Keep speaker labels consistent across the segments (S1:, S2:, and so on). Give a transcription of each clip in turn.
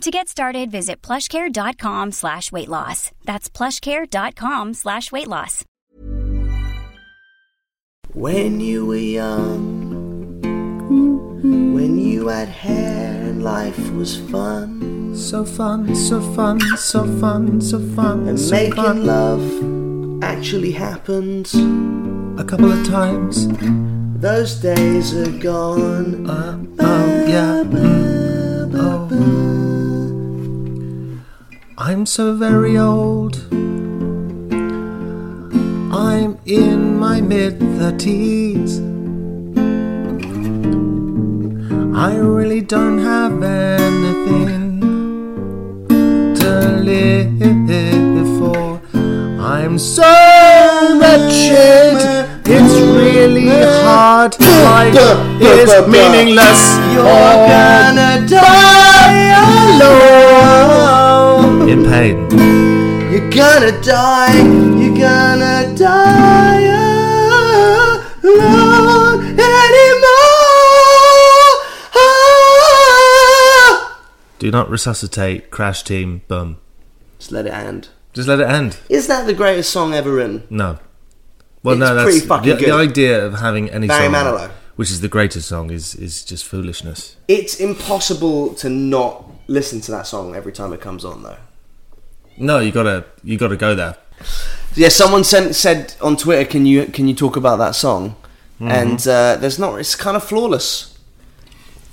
S1: To get started, visit plushcare.com slash weight loss. That's plushcare.com slash weight loss.
S2: When you were young, when you had hair and life was fun,
S3: So fun, so fun, so fun, so fun,
S2: and
S3: so
S2: making
S3: fun.
S2: love actually happened,
S3: A couple of times.
S2: those days are gone.
S3: Uh, oh yeah. mm, oh. I'm so very old. I'm in my mid thirties. I really don't have anything to live for. I'm so wretched. It's really hard. Life is meaningless. You're gonna die alone. In pain.
S2: You're gonna die, you're gonna die alone anymore.
S3: Do not resuscitate. Crash team. Bum.
S2: Just let it end.
S3: Just let it end.
S2: Is that the greatest song ever written?
S3: No. Well,
S2: It's
S3: no. That's
S2: pretty fucking
S3: the, the
S2: good.
S3: idea of having any
S2: Barry
S3: song,
S2: Manilow.
S3: which is the greatest song, is is just foolishness.
S2: It's impossible to not listen to that song every time it comes on, though.
S3: No, you gotta you gotta go there.
S2: Yeah, someone sent, said on Twitter, "Can you can you talk about that song?"
S3: Mm-hmm.
S2: And uh, there's not. It's kind of flawless.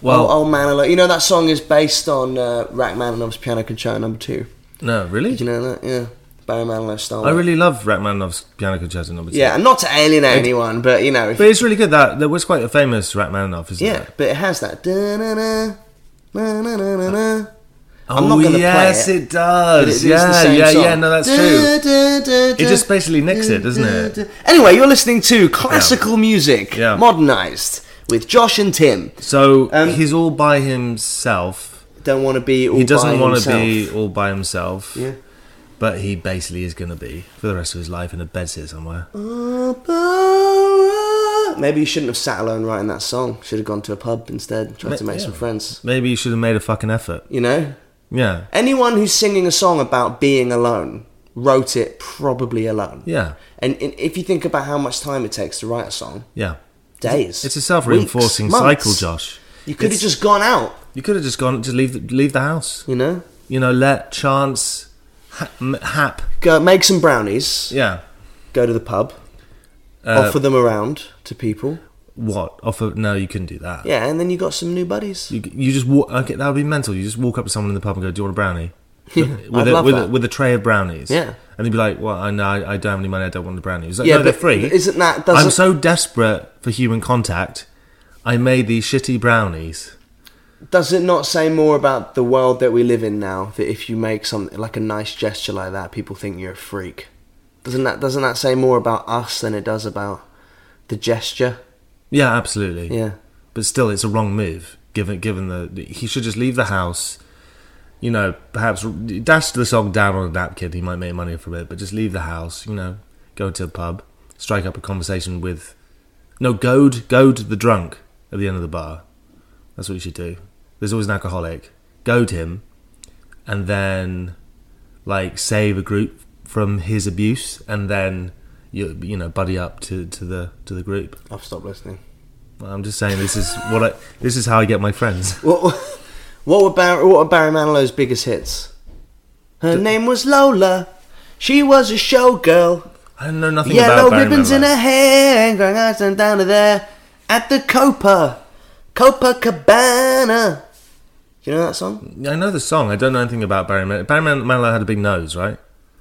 S3: Well,
S2: oh, oh Manilow, you know that song is based on uh, Rachmaninoff's Piano Concerto Number Two.
S3: no, really.
S2: Do you know that? Yeah, Barry Manilow style.
S3: I really love Rachmaninoff's Piano Concerto Number Two.
S2: Yeah, and not to alienate anyone, but you know, if,
S3: But it's really good that there was quite a famous Rachmaninoff, isn't
S2: yeah,
S3: it?
S2: but it has that. da-na-na, na-na-na-na-na.
S3: Oh,
S2: I'm not gonna play
S3: yes,
S2: it.
S3: it, does.
S2: But it is the
S3: yeah,
S2: same
S3: yeah,
S2: song.
S3: yeah. No, that's
S2: Da,
S3: true.
S2: da, da,
S3: It
S2: da,
S3: just basically nicks it, doesn't
S2: da,
S3: it?
S2: da. Anyway, you're listening to classical music,
S3: Yeah.
S2: modernized, with Josh and Tim.
S3: So
S2: Um,
S3: he's all by himself.
S2: Don't want to be. All
S3: He doesn't
S2: want
S3: want to be all by himself.
S2: Yeah.
S3: But he basically is going to be for the rest of his life in a bedsit somewhere.
S2: Maybe you shouldn't have sat alone writing that song. Should have gone to a pub instead, and tried
S3: Ma-
S2: to make
S3: yeah.
S2: some friends.
S3: Maybe you should have made a fucking effort.
S2: You know,
S3: Yeah.
S2: anyone who's singing a song about being alone wrote it probably alone.
S3: Yeah.
S2: And, and if you think about how much time it takes to write a song,
S3: Yeah.
S2: days.
S3: It's a self reinforcing
S2: weeks, months.
S3: cycle, Josh.
S2: You could have
S3: It's-
S2: just gone out,
S3: You could have just gone, just leave, the, leave the house.
S2: you know?
S3: You know, let chance ha- m- hap.
S2: Go make some brownies,
S3: Yeah.
S2: go to the pub,
S3: Uh,
S2: offer them around to people.
S3: What? Offer? No, you couldn't do that.
S2: Yeah, and then you got some new buddies.
S3: You, you just walk. Okay, that would be mental. You just walk up to someone in the pub and go, "Do you want a brownie?" With,
S2: I'd
S3: a,
S2: love
S3: with, A,
S2: that.
S3: with a tray of brownies.
S2: Yeah.
S3: And they'd be like, "Well, I know I, I don't have any money. I don't want the brownies." He's Like,
S2: Yeah,
S3: no, they're
S2: but
S3: free.
S2: isn't that-
S3: I'm
S2: doesn't-
S3: so desperate for human contact. I made these shitty brownies.
S2: Does it not say more about the world that we live in now that if you make something like a nice gesture like that, people think you're a freak? Doesn't that doesn't that say more about us than it does about the gesture?
S3: Yeah, absolutely.
S2: Yeah.
S3: But still, it's a wrong move. Given given the he should just leave the house. You know, perhaps dash the song down on a napkin. He might make money from it, but just leave the house. You know, go to a pub, strike up a conversation with. No, goad goad the drunk at the end of the bar. That's what you should do. There's always an alcoholic. Goad him, and then, like, save a group from his abuse, and then you you know buddy up to, to the to the group.
S2: I've stopped listening.
S3: I'm just saying this is what I this is how I get my friends.
S2: What what were Barry, what were Barry Manilow's biggest hits? Her name was Lola. She was a showgirl.
S3: I don't know nothing
S2: Yellow
S3: about Barry
S2: ribbons in
S3: Manilow.
S2: her hair and growing eyes and down to there at the Copa, Copacabana. Do you know that song?
S3: I know the song. I don't know anything about Barry Manilow. Barry Man- Manilow had a big nose, right?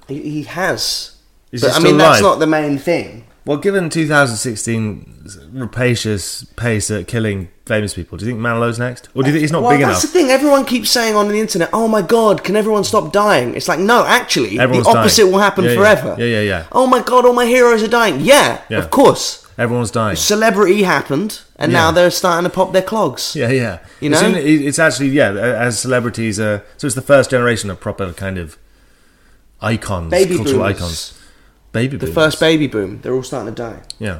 S2: He, he has.
S3: Is
S2: but I
S3: he still
S2: mean, that's
S3: alive?
S2: not the main thing.
S3: Well, given 2016's rapacious pace at killing famous people, do you think Manilow's next, or do you think he's not
S2: well,
S3: big
S2: that's
S3: enough?
S2: the thing. Everyone keeps saying on the internet, "Oh my god, can everyone stop dying?" It's like, no, actually,
S3: Everyone's
S2: the
S3: dying.
S2: opposite will happen
S3: Yeah, yeah.
S2: forever.
S3: Yeah, yeah, yeah.
S2: Oh my god, all my heroes are dying. Yeah,
S3: Yeah.
S2: of course.
S3: Everyone's dying.
S2: Celebrity happened, and now
S3: Yeah.
S2: they're starting to pop their clogs.
S3: Yeah, yeah.
S2: You
S3: It's
S2: know?
S3: in- it- it's actually yeah. As celebrities, uh, so it's the first generation of proper kind of icons,
S2: Baby
S3: cultural
S2: boomers.
S3: icons. Baby
S2: The
S3: boomers.
S2: first baby boom. They're all starting to die.
S3: Yeah.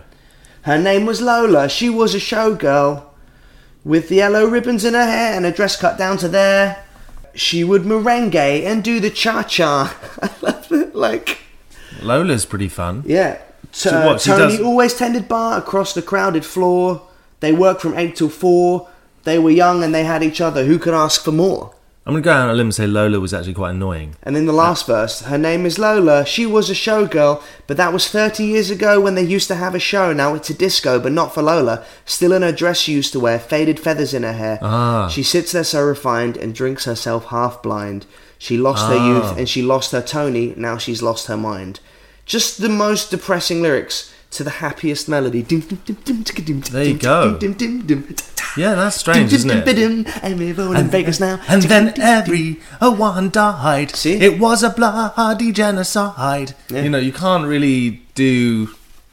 S2: Her name was Lola. She was a showgirl with yellow ribbons in her hair and a dress cut down to there. She would merengue and do the cha cha. I love it. Like,
S3: Lola's pretty fun.
S2: yeah. T-
S3: So what, she
S2: Tony
S3: does-
S2: always tended bar across the crowded floor. They worked from 8 till 4. They were young and they had each other. Who could ask for more?
S3: I'm gonna go out on a limb and say Lola was actually quite annoying.
S2: And in the last verse, her name is Lola. She was a showgirl, but that was 30 years ago when they used to have a show. Now it's a disco, but not for Lola. Still in her dress she used to wear, faded feathers in her hair.
S3: Ah.
S2: She sits there so refined and drinks herself half blind. She lost her
S3: Ah.
S2: youth and she lost her Tony. Now she's lost her mind. Just the most depressing lyrics to the happiest melody. There
S3: There you go. Yeah, that's strange, isn't it?
S2: I'm everyone in Vegas now.
S3: And then every one died.
S2: See?
S3: It was a bloody genocide.
S2: Yeah.
S3: You know, you can't really do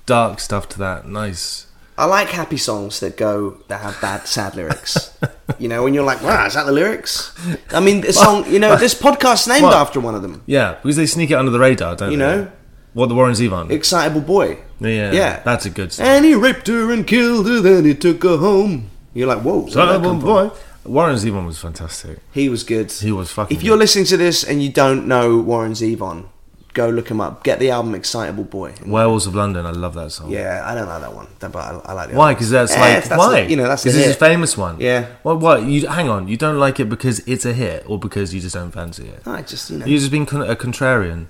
S3: dark stuff to that. Nice.
S2: I like happy songs that go that have bad, sad lyrics. you know, when you're like, "Wow, is that the lyrics?" I mean, a song. You know, this podcast's named
S3: What?
S2: after one of them.
S3: Yeah, because they sneak it under the radar, don't
S2: You
S3: they?
S2: know?
S3: What the Warren Zevon?
S2: Excitable boy.
S3: yeah,
S2: yeah.
S3: That's a good song.
S2: And he raped her and killed her, then he took her home. You're like, "Whoa, where'd that
S3: Excitable
S2: come from?"
S3: Oh, boy. Warren Zevon was fantastic.
S2: He was good.
S3: He was fucking
S2: If you're
S3: good.
S2: listening to this and you don't know Warren Zevon, go look him up. Get the album "Excitable Boy."
S3: Werewolves of London, I love that song.
S2: Yeah, I don't like that one, but I, I like the
S3: Why?
S2: other
S3: Because
S2: one.
S3: that's
S2: Eh,
S3: like
S2: that's
S3: why?
S2: the- you know, that's the
S3: because it's a
S2: hit.
S3: famous one.
S2: Yeah.
S3: Well, what? You hang on. You don't like it because it's a hit, or because you just don't fancy it.
S2: I just you know
S3: You're just being con- a contrarian.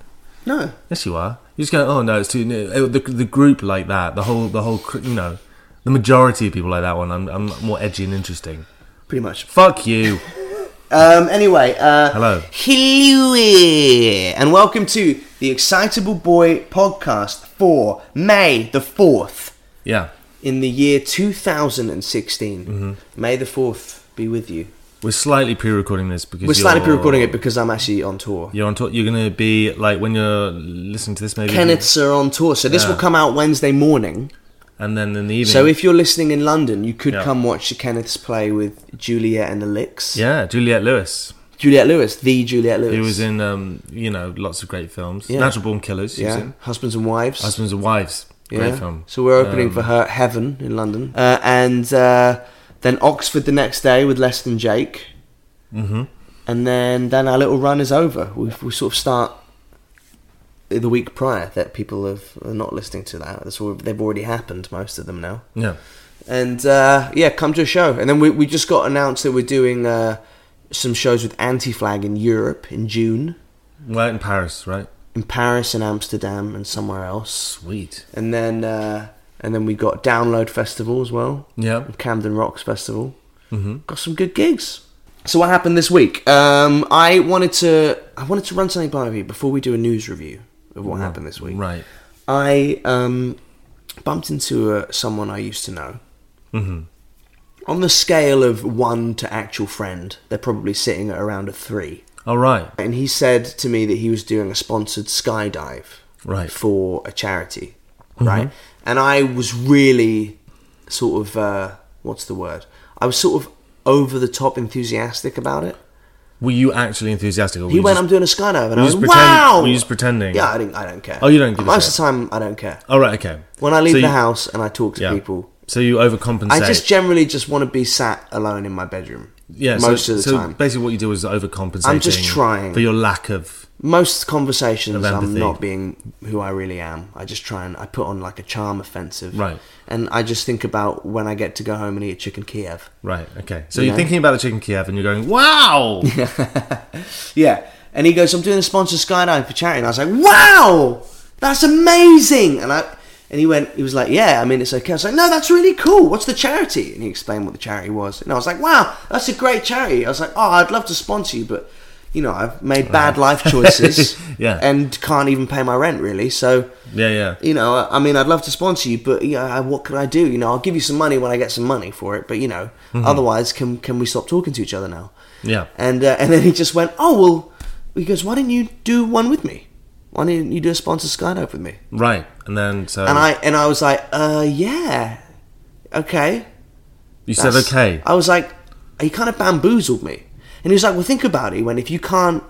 S2: no.
S3: Yes, you are. You just go, oh no, it's too new. Oh, The, the group like that, the whole, the whole, cr- you know, the majority of people like that one. I'm, I'm more edgy and interesting.
S2: Pretty much.
S3: Fuck you.
S2: Um, anyway, uh,
S3: Hello.
S2: Hello, and welcome to the Excitable Boy podcast for May the 4th
S3: Yeah,
S2: in the year 2016.
S3: Mm-hmm.
S2: May the 4th be with you.
S3: we're slightly pre-recording this because
S2: We're slightly
S3: you're-
S2: pre recording it because I'm actually on tour.
S3: You're on tour. You're gonna be like when you're listening to this, maybe
S2: Kenneth's are on tour, so this
S3: Yeah.
S2: will come out Wednesday morning.
S3: and then in the evening.
S2: So if you're listening in London, you could
S3: Yeah.
S2: come watch the Kenneth's play with Juliet and the Licks.
S3: yeah, Juliette Lewis,
S2: Juliet Lewis, the Juliet Lewis.
S3: who was in um, you know, lots of great films.
S2: Yeah.
S3: Natural Born Killers. She was
S2: yeah,
S3: in.
S2: Husbands and Wives.
S3: Husbands and Wives. Great
S2: Yeah.
S3: film.
S2: So we're opening
S3: Um,
S2: for her Heaven in London, uh, and uh, then Oxford the next day with Less Than Jake,
S3: mhm.
S2: and then then our little run is over. We we sort of start the week prior that people have are not listening to that. That's all, they've already happened most of them now,
S3: Yeah.
S2: and uh, yeah, come to a show. And then we we just got announced that we're doing uh, some shows with Anti Flag in Europe in June,
S3: Well, in Paris, right?
S2: in Paris and Amsterdam and somewhere else,
S3: Sweet.
S2: and then. Uh, and then we got Download Festival as well.
S3: Yeah.
S2: Camden Rocks Festival.
S3: Mm-hmm.
S2: Got some good gigs. So what happened this week? Um, I wanted to I wanted to run something by you before we do a news review of what happened this week.
S3: Right.
S2: I um, bumped into uh, someone I used to know.
S3: Mm-hmm.
S2: On the scale of one to actual friend, they're probably sitting at around a three.
S3: All right.
S2: And he said to me that he was doing a sponsored skydive
S3: Right.
S2: for a charity,
S3: Mm-hmm.
S2: right? And I was really sort of uh, what's the word? I was sort of over the top enthusiastic about it.
S3: Were you actually enthusiastic? Or were
S2: He
S3: you
S2: went,
S3: just-
S2: "I'm doing a skydive," and I
S3: you
S2: was
S3: just pretend-
S2: "Wow!"
S3: were you just pretending?
S2: Yeah, I didn't. I don't care.
S3: Oh, you don't give a
S2: Most
S3: shit.
S2: of the time, I don't care.
S3: All right. Okay.
S2: When I leave
S3: So
S2: the
S3: you-
S2: house and I talk to
S3: Yeah.
S2: people,
S3: So you overcompensate.
S2: I just generally just want to be sat alone in my bedroom.
S3: yeah. so-
S2: most of the
S3: so
S2: time.
S3: basically, what you do is overcompensate.
S2: I'm just trying.
S3: for your lack of.
S2: most conversations
S3: Of
S2: I'm
S3: empathy.
S2: not being who I really am. I just try and I put on like a charm offensive.
S3: Right.
S2: And I just think about when I get to go home and eat a chicken Kiev.
S3: Right. Okay. So
S2: You
S3: you're
S2: know?
S3: thinking about the chicken Kiev, and you're going, "Wow."
S2: Yeah. And he goes, I'm doing a sponsored skydive for charity. And I was like, wow, that's amazing. And I, and he went, he was like, yeah, I mean, it's okay. I was like, no, that's really cool. What's the charity? And he explained what the charity was. And I was like, wow, that's a great charity. I was like, oh, I'd love to sponsor you, but you know, I've made bad life choices
S3: Yeah.
S2: and can't even pay my rent really. So,
S3: Yeah, yeah.
S2: you know, I- I mean, I'd love to sponsor you, but yeah, I, what can I do? You know, I'll give you some money when I get some money for it, but you know, otherwise, can can we stop talking to each other now?
S3: Yeah.
S2: And uh, and then he just went, oh well, he goes, why didn't you do one with me? Why didn't you do a sponsor skydive with me?
S3: Right. And then so
S2: And I and I was like, uh, yeah, okay.
S3: you said
S2: That's-
S3: okay.
S2: I was like, he kind of bamboozled me. And he was like, well, think about it. When if you can't,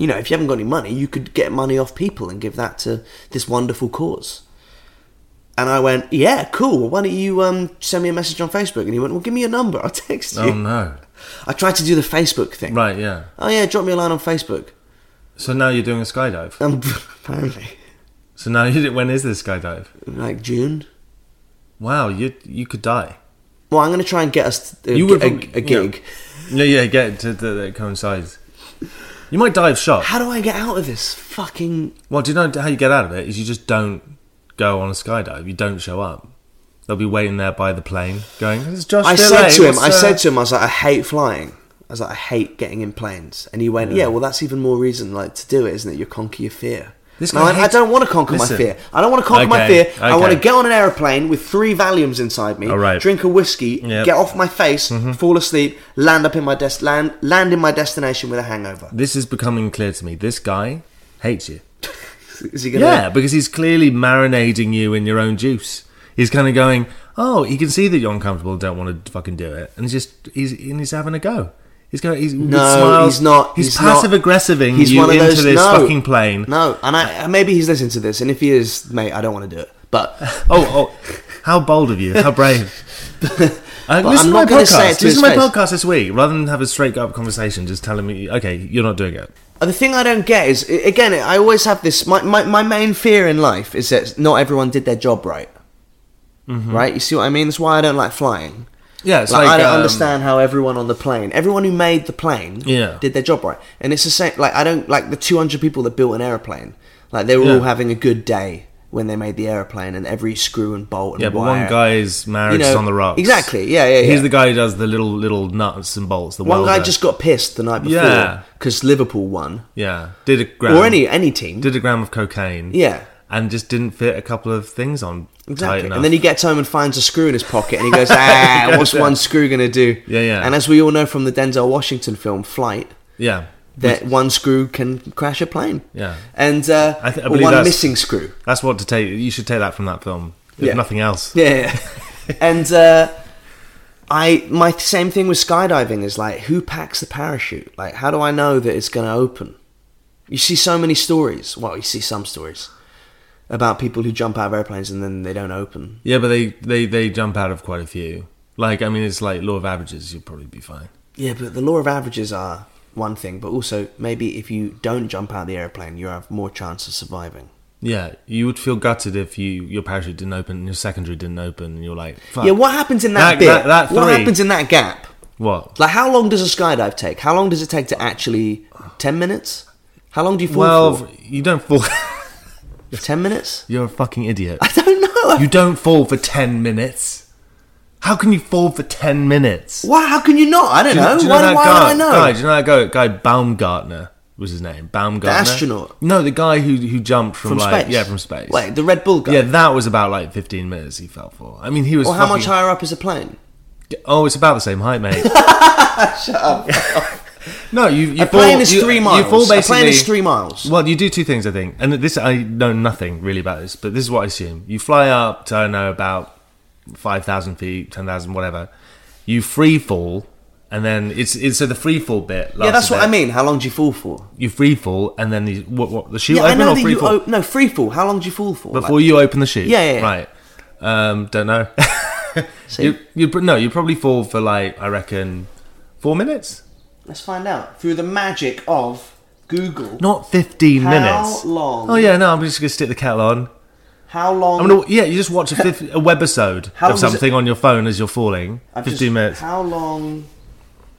S2: you know, if you haven't got any money, you could get money off people and give that to this wonderful cause. And I went, yeah, cool. Well, why don't you um, send me a message on Facebook? And he went, well, give me your number. I'll text you.
S3: oh no.
S2: I tried to do the Facebook thing.
S3: Right, yeah.
S2: Oh, yeah, drop me a line on Facebook.
S3: So now you're doing a skydive.
S2: Um, apparently,
S3: So now you did, when is this skydive?
S2: like June.
S3: Wow, you you could die.
S2: Well, I'm going to try and get us a,
S3: You
S2: a,
S3: would
S2: a
S3: probably- yeah.
S2: gig.
S3: Yeah, yeah, get to the, that coincides. You might die of shock.
S2: How do I get out of this fucking
S3: Well, do you know how you get out of it? Is you just don't go on a skydive. You don't show up. They'll be waiting there by the plane, going. It's Josh.
S2: I
S3: Dillay,
S2: said to him,
S3: what's,
S2: I
S3: uh,
S2: said to him, I was like, I hate flying. I was like, I hate getting in planes. And he went, Yeah, well, that's even more reason like to do it, isn't it? You conquer your fear.
S3: This
S2: And I,
S3: guy
S2: went, I
S3: hates-
S2: don't want to conquer
S3: Listen.
S2: my fear. I don't want to conquer my
S3: Okay,
S2: fear. I want to
S3: okay.
S2: get on an aeroplane with three Valiums inside me,
S3: All right.
S2: drink a whiskey,
S3: Yep. Mm-hmm.
S2: get off my face, fall asleep, land up in my des- land, land in my destination with a hangover.
S3: This is becoming clear to me. This guy hates you.
S2: Is he gonna?
S3: Yeah, because he's clearly marinating you in your own juice. He's kind of going, oh, he can see that you're uncomfortable, don't want to fucking do it, and he's just he's and he's having a go. He's going. He's,
S2: No,
S3: he smiles,
S2: he's not.
S3: He's,
S2: he's not.
S3: passive aggressiving
S2: He's
S3: you
S2: one of
S3: into
S2: those-
S3: this
S2: no.
S3: fucking plane.
S2: No, and I maybe he's listening to this, and if he is, mate, I don't want to do it. But
S3: Oh, oh, how bold of you! How brave! Uh,
S2: But
S3: listen
S2: I'm
S3: to
S2: not
S3: my
S2: gonna say
S3: podcast.
S2: it to
S3: Listen to my
S2: his face.
S3: podcast this week, rather than have a straight up conversation, just telling me, okay, you're not doing it.
S2: Uh, The thing I don't get is, i- again, I always have this. My, my, my main fear in life is that not everyone did their job right. Right? You see what I mean? That's why I don't like flying.
S3: Yeah, Mm-hmm. it's
S2: like,
S3: like,
S2: I don't
S3: um,
S2: understand how everyone on the plane, everyone who made the plane,
S3: Yeah.
S2: did their job right. And it's the same. Like I don't like the 200 people that built an airplane. Like they were all
S3: Yeah.
S2: having a good day when they made the airplane, and every screw and bolt and
S3: Yeah, but
S2: wire.
S3: one guy's marriage
S2: You know,
S3: is on the rocks.
S2: exactly, yeah, yeah,
S3: He's
S2: yeah.
S3: the guy who does the little little nuts and bolts. The
S2: One guy
S3: welder.
S2: just got pissed the night
S3: Yeah.
S2: before because Liverpool won,
S3: yeah did a gram
S2: or any any team.
S3: did a gram of cocaine.
S2: yeah.
S3: and just didn't fit a couple of things on tight
S2: Exactly.
S3: enough.
S2: And then he gets home and finds a screw in his pocket and he goes, ah, what's one screw going to do?
S3: Yeah, yeah.
S2: And as we all know from the Denzel Washington film, Flight,
S3: yeah,
S2: that one screw can crash a plane.
S3: Yeah.
S2: And uh,
S3: I th- I
S2: or
S3: believe
S2: one
S3: that's-
S2: missing screw.
S3: that's what to take. You should take that from that film. If
S2: Yeah.
S3: nothing else.
S2: Yeah. yeah. and uh, I, my same thing with skydiving is like, who packs the parachute? Like, how do I know that it's going to open? You see so many stories. Well, you see some stories about people who jump out of airplanes and then they don't open.
S3: Yeah, but they, they, they jump out of quite a few. Like, I mean, it's like law of averages. You'll probably be fine.
S2: Yeah, but the law of averages are one thing, but also maybe if you don't jump out of the airplane, you have more chance of surviving.
S3: Yeah, you would feel gutted if you your parachute didn't open and your secondary didn't open, and you're like, fuck.
S2: Yeah, what happens in that,
S3: That-
S2: bit?
S3: that- that
S2: what
S3: three.
S2: happens in that gap?
S3: What?
S2: Like, how long does a skydive take? How long does it take to actually ten minutes? How long do you fall
S3: Well, you don't fall.
S2: for? Ten minutes?
S3: you're a fucking idiot.
S2: I don't know.
S3: You don't fall for ten minutes. How can you fall for ten minutes?
S2: Why? How can you not? I don't
S3: Do you-
S2: know.
S3: do you
S2: why
S3: that
S2: why
S3: guy,
S2: would I know?
S3: Guy, do you know that guy, guy Baumgartner was his name? Baumgartner,
S2: astronaut?
S3: No, the guy who who jumped from,
S2: from
S3: like
S2: space?
S3: yeah from space.
S2: Wait, the Red Bull guy.
S3: yeah, that was about like fifteen minutes. He fell for. I mean, he was.
S2: Well, how much
S3: fucking-
S2: higher up is a plane?
S3: Oh, it's about the same height, mate. Shut up. no, you. you
S2: A plane
S3: fall-
S2: is
S3: you-
S2: three
S3: you
S2: miles.
S3: fall
S2: a plane
S3: basically-
S2: is three miles.
S3: Well, you do two things, I think, and this I know nothing really about this, but this is what I assume: you fly up to I don't know about five thousand feet, ten thousand, whatever. You free fall, and then it's it's so the free fall bit.
S2: yeah,
S3: lasts
S2: that's
S3: a
S2: what
S3: bit.
S2: I mean. How long do you fall for?
S3: You free fall, and then you, what, what the chute
S2: Yeah, I
S3: open
S2: know
S3: or
S2: that
S3: free
S2: you
S3: fall
S2: o- no free fall. How long do you fall for?
S3: before
S2: Like,
S3: you open the chute?
S2: Yeah, yeah, yeah.
S3: right. Um, don't know.
S2: see?
S3: you you pr- no, you probably fall for like I reckon four minutes,
S2: Let's find out through the magic of Google.
S3: not fifteen
S2: How
S3: minutes.
S2: long?
S3: Oh yeah, no, I'm just gonna stick the kettle on.
S2: How long?
S3: I mean, yeah, you just watch a, fif- a webisode
S2: How long
S3: of
S2: does it-
S3: something on your phone as you're falling.
S2: I've just-
S3: 15 minutes.
S2: How long?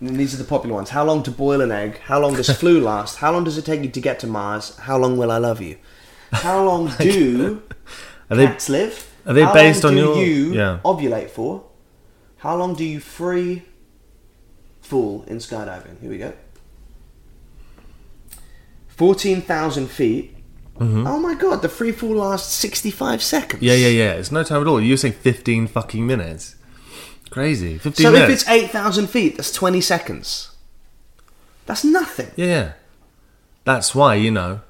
S2: and these are the popular ones. How long to boil an egg? How long does flu last? How long does it take you to get to Mars? How long will I love you? How long do
S3: Are they,
S2: cats live?
S3: are they
S2: How
S3: based
S2: long
S3: on
S2: do
S3: your-
S2: you
S3: yeah.
S2: ovulate for? How long do you free fall in skydiving? Here we go. fourteen thousand feet. Oh my god, the free fall lasts sixty-five seconds.
S3: Mm-hmm. Yeah, yeah, yeah. It's no time at all. You were saying 15 fucking minutes. Crazy. 15
S2: So if
S3: minutes.
S2: it's eight thousand feet, that's twenty seconds. That's nothing.
S3: Yeah, yeah. That's why, you know.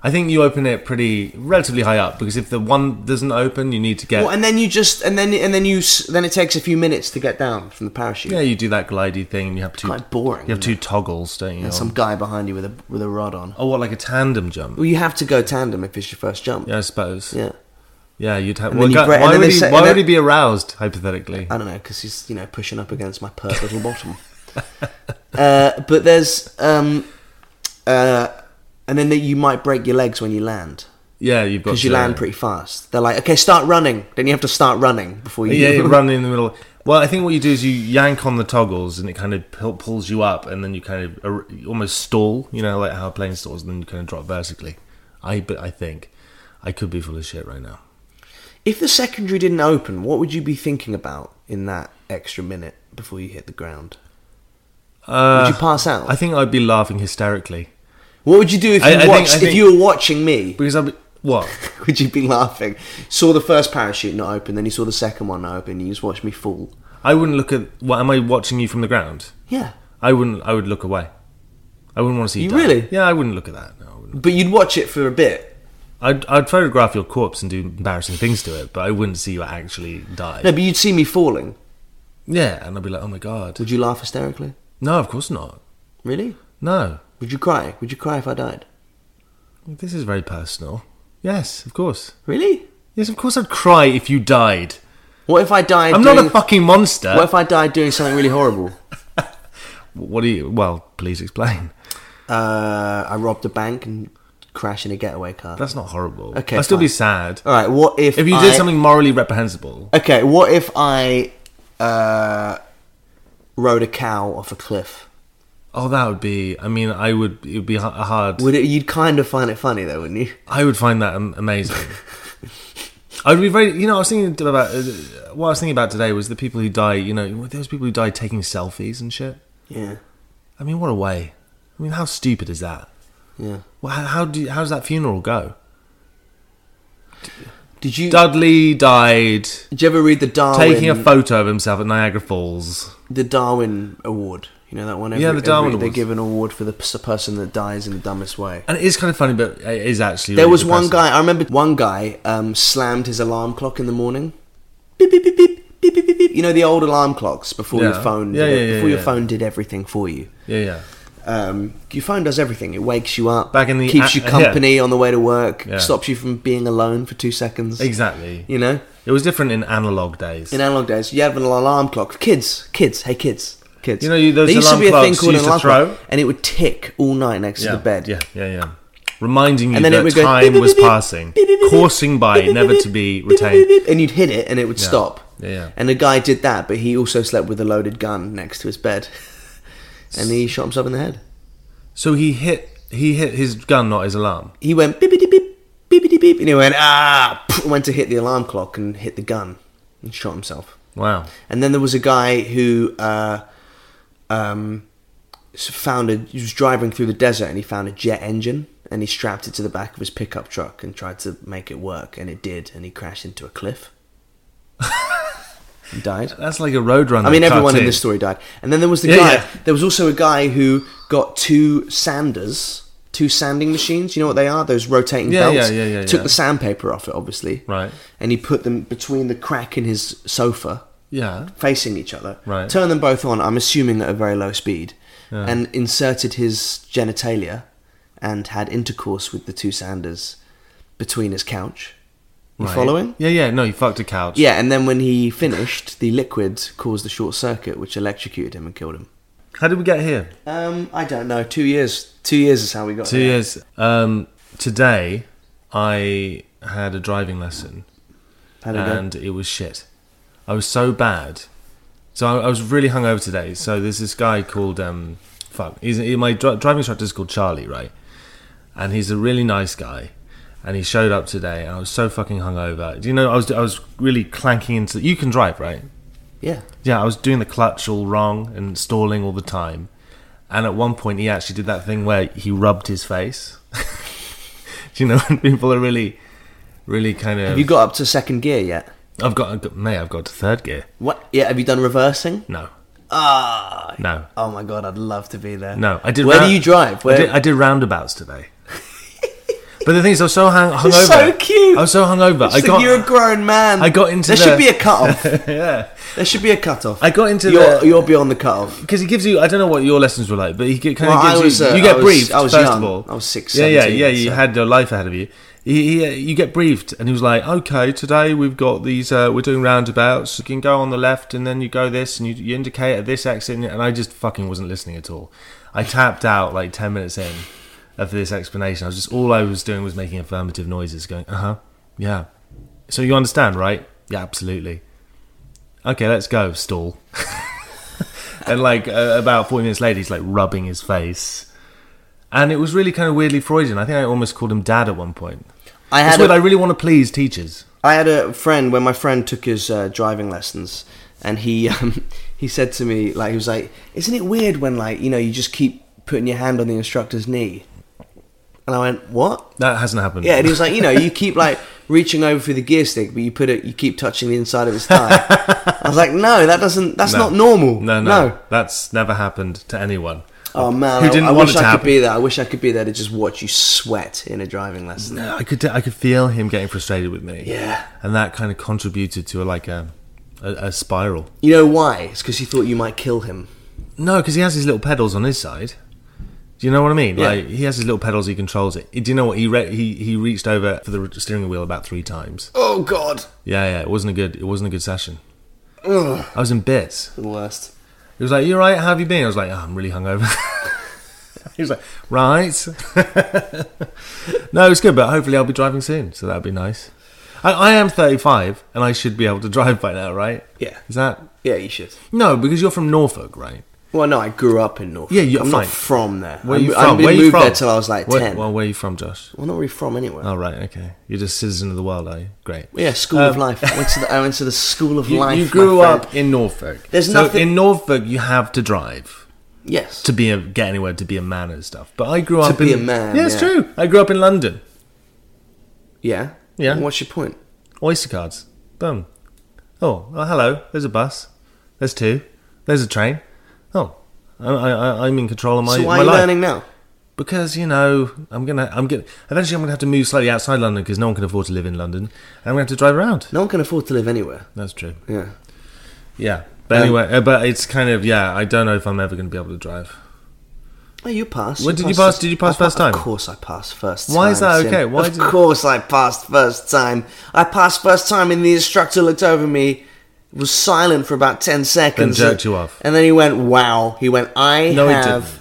S3: I think you open it pretty relatively high up because if the one doesn't open, you need to get.
S2: Well, and then you just and then and then you s- then it takes a few minutes to get down from the parachute.
S3: yeah, you do that glidey thing and you have two.
S2: quite boring,
S3: You have two
S2: isn't
S3: toggles, don't you?
S2: And
S3: or-
S2: some guy behind you with a with a rod on.
S3: Oh, what, like a tandem jump?
S2: Well, you have to go tandem if it's your first jump.
S3: Yeah, I suppose. Yeah,
S2: Yeah.
S3: you'd have.
S2: And
S3: Well,
S2: then you
S3: go-
S2: bre- and
S3: why
S2: then
S3: would,
S2: they
S3: he,
S2: say-
S3: why
S2: and
S3: would
S2: then-
S3: he be aroused, hypothetically?
S2: I don't know because he's you know pushing up against my pert little bottom. Uh, but there's um, uh, and then you might break your legs when you land
S3: yeah, you've got.
S2: because you
S3: to-
S2: land pretty fast. They're like, okay, start running. Then you have to start running before you
S3: Yeah, you run in the middle. Well, I think what you do is you yank on the toggles and it kind of pull, pulls you up, and then you kind of ar- almost stall. You know, like how a plane stalls, and then you kind of drop vertically. I but I think I could be full of shit right now.
S2: If the secondary didn't open, what would you be thinking about in that extra minute before you hit the ground?
S3: Uh,
S2: Would you pass out?
S3: I think I'd be laughing hysterically
S2: what would you do if you
S3: I- I think-
S2: watched?
S3: I
S2: if
S3: think-
S2: you were watching me,
S3: because I'd be what?
S2: would you be laughing? Saw the first parachute not open, then you saw the second one not open. You just watched me fall.
S3: I wouldn't look at. What am I watching you from the ground?
S2: Yeah,
S3: I wouldn't. I would look away. I wouldn't want to see
S2: You
S3: die.
S2: really?
S3: Yeah, I wouldn't look at that. No, I wouldn't.
S2: but you'd watch it for a bit.
S3: I'd, I'd photograph your corpse and do embarrassing things to it, but I wouldn't see you actually die.
S2: No, but you'd see me falling.
S3: Yeah, and I'd be like, oh my god.
S2: Would you laugh hysterically?
S3: No, of course not.
S2: Really?
S3: No,
S2: Would you cry? Would you cry if I died?
S3: this is very personal. Yes, of course.
S2: Really?
S3: Yes, of course I'd cry if you died.
S2: What if I died?
S3: I'm
S2: doing,
S3: not a fucking monster.
S2: What if I died doing something really horrible?
S3: what do you. Well, please explain.
S2: Uh, I robbed a bank and crashed in a getaway car.
S3: That's not horrible.
S2: Okay,
S3: I'd still be
S2: fine.
S3: sad.
S2: All right. What if
S3: If you did
S2: I-
S3: something morally reprehensible.
S2: Okay. What if I uh, rode a cow off a cliff?
S3: Oh, that would be. I mean, I would. It would be h- hard.
S2: Would it? You'd kind of find it funny though, wouldn't you?
S3: I would find that am- amazing. I'd be very, you know, I was thinking about uh, what I was thinking about today was the people who die. You know, those people who die taking selfies and shit.
S2: Yeah.
S3: I mean, what a way! I mean, how stupid is that?
S2: Yeah.
S3: Well, how, how do you, how does that funeral go?
S2: Did you?
S3: Dudley died
S2: did you ever read the Darwin?
S3: taking a photo of himself at Niagara Falls.
S2: the Darwin Award. You know that one. Every,
S3: Yeah, the Darwin
S2: every, They
S3: Awards.
S2: give an award for the p- person that dies in the dumbest way.
S3: And it is kind of funny, but it is actually
S2: There
S3: really
S2: was one
S3: depressing.
S2: guy. I remember one guy um, slammed his alarm clock in the morning. Beep beep beep beep beep beep beep. beep. You know the old alarm clocks before your
S3: Yeah.
S2: phone.
S3: Yeah,
S2: did it-
S3: yeah, yeah,
S2: before your
S3: yeah.
S2: phone did everything for you.
S3: Yeah, yeah.
S2: Um, your phone does everything. It wakes you up,
S3: Back in the-
S2: keeps you
S3: uh,
S2: company on the way to work,
S3: Yeah.
S2: stops you from being alone for two seconds.
S3: Exactly.
S2: You know,
S3: It was different in analog days.
S2: in analog days, you have an alarm clock. Kids, kids, hey kids, kids.
S3: You know, you- those
S2: there used to
S3: alarm
S2: be a thing
S3: clocks
S2: called
S3: you
S2: an
S3: used
S2: alarm
S3: to
S2: clock,
S3: throw.
S2: and it would tick all night next
S3: yeah.
S2: to the bed.
S3: Yeah, yeah, yeah. Reminding you
S2: And then
S3: that
S2: it would go
S3: time
S2: beep,
S3: was
S2: beep, beep,
S3: passing,
S2: beep, beep, beep,
S3: coursing by,
S2: beep, beep,
S3: never
S2: beep,
S3: to be
S2: beep, beep,
S3: retained.
S2: beep, and you'd hit it, and it would stop.
S3: Yeah, yeah.
S2: And the guy did that, but he also slept with a loaded gun next to his bed, and he shot himself in the head.
S3: So he hit he hit his gun, not his alarm.
S2: He went beepity beep, beepity beep, and he went ah, pff, went to hit the alarm clock and hit the gun and shot himself.
S3: Wow.
S2: And then there was a guy who uh, um, s- found a. He was driving through the desert and he found a jet engine and he strapped it to the back of his pickup truck and tried to make it work and it did and he crashed into a cliff. and died.
S3: That's like a road runner.
S2: I mean, everyone in
S3: cartoon.
S2: this story died. And then there was the
S3: Yeah,
S2: guy.
S3: yeah.
S2: There was also a guy who got two sanders, two sanding machines. You know what they are? Those rotating
S3: Yeah,
S2: belts.
S3: yeah, yeah, yeah,
S2: Took
S3: yeah.
S2: the sandpaper off it, obviously.
S3: Right.
S2: And he put them between the crack in his sofa
S3: Yeah.
S2: facing each other.
S3: Right.
S2: Turned them both on, I'm assuming at a very low speed, and inserted his genitalia and had intercourse with the two Sanders between his couch. You
S3: Right.
S2: following?
S3: Yeah, yeah. No, he fucked a couch.
S2: Yeah, and then when he finished, the liquid caused a short circuit, which electrocuted him and killed him.
S3: How did we get here?
S2: Um, I don't know. Two years. Two years is how we got
S3: Two
S2: there.
S3: years. Um, today, I had a driving lesson
S2: Had a go.
S3: and it was shit. I was so bad. So I, I was really hungover today. So there's this guy called um, fuck. He's he, my dri- driving instructor is called Charlie, right? And he's a really nice guy. And he showed up today, and I was so fucking hungover. Do you know I was I was really clanking into. You can drive, right?
S2: Yeah.
S3: Yeah, I was doing the clutch all wrong and stalling all the time. And at one point, he actually did that thing where he rubbed his face. Do you know when people are really, really kind of?
S2: Have you got up to second gear yet?
S3: I've got, I've got, mate. I've got to third gear.
S2: What? Yeah, have you done reversing?
S3: No,
S2: Ah.
S3: no,
S2: Oh my god, I'd love to be there.
S3: no. I did.
S2: Where
S3: rou-
S2: do you drive? Where?
S3: I, did, I did roundabouts today. but the thing is, I was so hung, hungover.
S2: It's so cute.
S3: I was so hungover. I
S2: It's like
S3: got.
S2: you're a grown man.
S3: I got into
S2: There
S3: the-
S2: should be a cut off.
S3: yeah.
S2: there should be a cut off.
S3: I got into
S2: You're,
S3: the
S2: you're beyond the cut off.
S3: because he gives you. I don't know what your lessons were like, but he kind
S2: Well,
S3: of
S2: I
S3: gives
S2: was,
S3: you.
S2: uh,
S3: you get
S2: I was-
S3: briefed.
S2: I was
S3: first
S2: young.
S3: of all,
S2: I was six,
S3: Yeah, yeah,
S2: 17,
S3: yeah. You
S2: so-
S3: had your life ahead of you. He, he, you get briefed, and he was like, "Okay, today we've got these. Uh, we're doing roundabouts. You can go on the left, and then you go this, and you, you indicate at this exit." And and I just fucking wasn't listening at all. I tapped out like ten minutes in of this explanation. I was just all I was doing was making affirmative noises, going, "Uh huh, yeah." So you understand, right? Yeah, absolutely. Okay, let's go. Stall. and like uh, about 40 minutes later he's like rubbing his face and it was really kind of weirdly freudian i think i almost called him dad at one point
S2: I
S3: it's
S2: had
S3: weird
S2: a-
S3: i really want to please teachers
S2: I had a friend when my friend took his uh, driving lessons, and he um, he said to me like he was like, "Isn't it weird when like you know you just keep putting your hand on the instructor's knee?" And I went, "What?"
S3: that hasn't happened
S2: Yeah, and he was like, "You know, you keep like reaching over for the gear stick, but you put it, you keep touching the inside of his thigh." I was like, "No, that doesn't. That's
S3: No.
S2: not normal.
S3: no, no that's never happened to anyone
S2: Oh man,
S3: Who
S2: I,
S3: didn't
S2: I
S3: want
S2: wish I
S3: it to
S2: could
S3: happen.
S2: be there. I wish I could be there to just watch you sweat in a driving lesson.
S3: No, I could I could feel him getting frustrated with me.
S2: Yeah.
S3: and that kind of contributed to a, like a, a a spiral.
S2: You know why? It's because he thought you might kill him.
S3: No, because he has his little pedals on his side. Do you know what I mean?
S2: Yeah.
S3: Like he has his little pedals. He controls it. Do you know what he re- he he reached over for the steering wheel about three times?
S2: Oh god,
S3: Yeah, yeah. It wasn't a good. It wasn't a good session.
S2: Ugh.
S3: I was in bits.
S2: the worst."
S3: He was like, "You all right? How have you been?" I was like, oh, "I'm really hungover." he was like, "Right." no, it's good, but hopefully I'll be driving soon, so that'd be nice. I, I am 35, and I should be able to drive by now, right?
S2: Yeah.
S3: Is that
S2: Yeah, you should.
S3: no? Because you're from Norfolk, right?
S2: Well, no, I grew up in Norfolk.
S3: Yeah, you're
S2: I'm not
S3: fine.
S2: from there.
S3: Where
S2: I,
S3: are you
S2: mo-
S3: from?
S2: I didn't
S3: where are you
S2: move
S3: from?
S2: there till I was like
S3: Where-
S2: ten.
S3: Well,
S2: Well,
S3: where are you from, Josh?
S2: not really from anywhere.
S3: Oh, right, okay. You're just citizen of the world, are you? Great.
S2: yeah, school of
S3: Um,
S2: life. I went to the, I went to the school of
S3: You,
S2: life.
S3: you
S2: my
S3: grew
S2: friend.
S3: up in Norfolk.
S2: There's
S3: so
S2: nothing-
S3: in Norfolk. You have to drive.
S2: Yes.
S3: to be a, get anywhere to be a man and stuff. But I grew
S2: To
S3: up
S2: be
S3: in,
S2: a man,
S3: Yeah, it's
S2: yeah.
S3: true. I grew up in London.
S2: yeah.
S3: Yeah.
S2: And what's your point?
S3: Oyster cards. Boom. Oh, oh, hello. There's a bus. There's two. There's a train. Oh, I, I, I- I'm in control of my
S2: so why are
S3: my
S2: you
S3: life
S2: learning now?
S3: because you know I'm gonna I'm gonna eventually I'm gonna have to move slightly outside London because no one can afford to live in London and I'm gonna have to drive around.
S2: No one can afford to live anywhere.
S3: That's true.
S2: Yeah.
S3: Yeah. But
S2: Um,
S3: anyway, uh, but it's kind of yeah. I don't know if I'm ever going to be able to drive.
S2: Oh, you passed.
S3: When did you pass- did you pass
S2: I pa-
S3: first time?
S2: Of course, I passed first.
S3: Why is
S2: time,
S3: that
S2: Tim.
S3: okay? Why
S2: of
S3: did-
S2: course, I passed first time. I passed first time, and the instructor looked over me, was silent for about ten seconds,
S3: jerked you off.
S2: and then he went, "Wow!" He went, "I
S3: No, he
S2: have,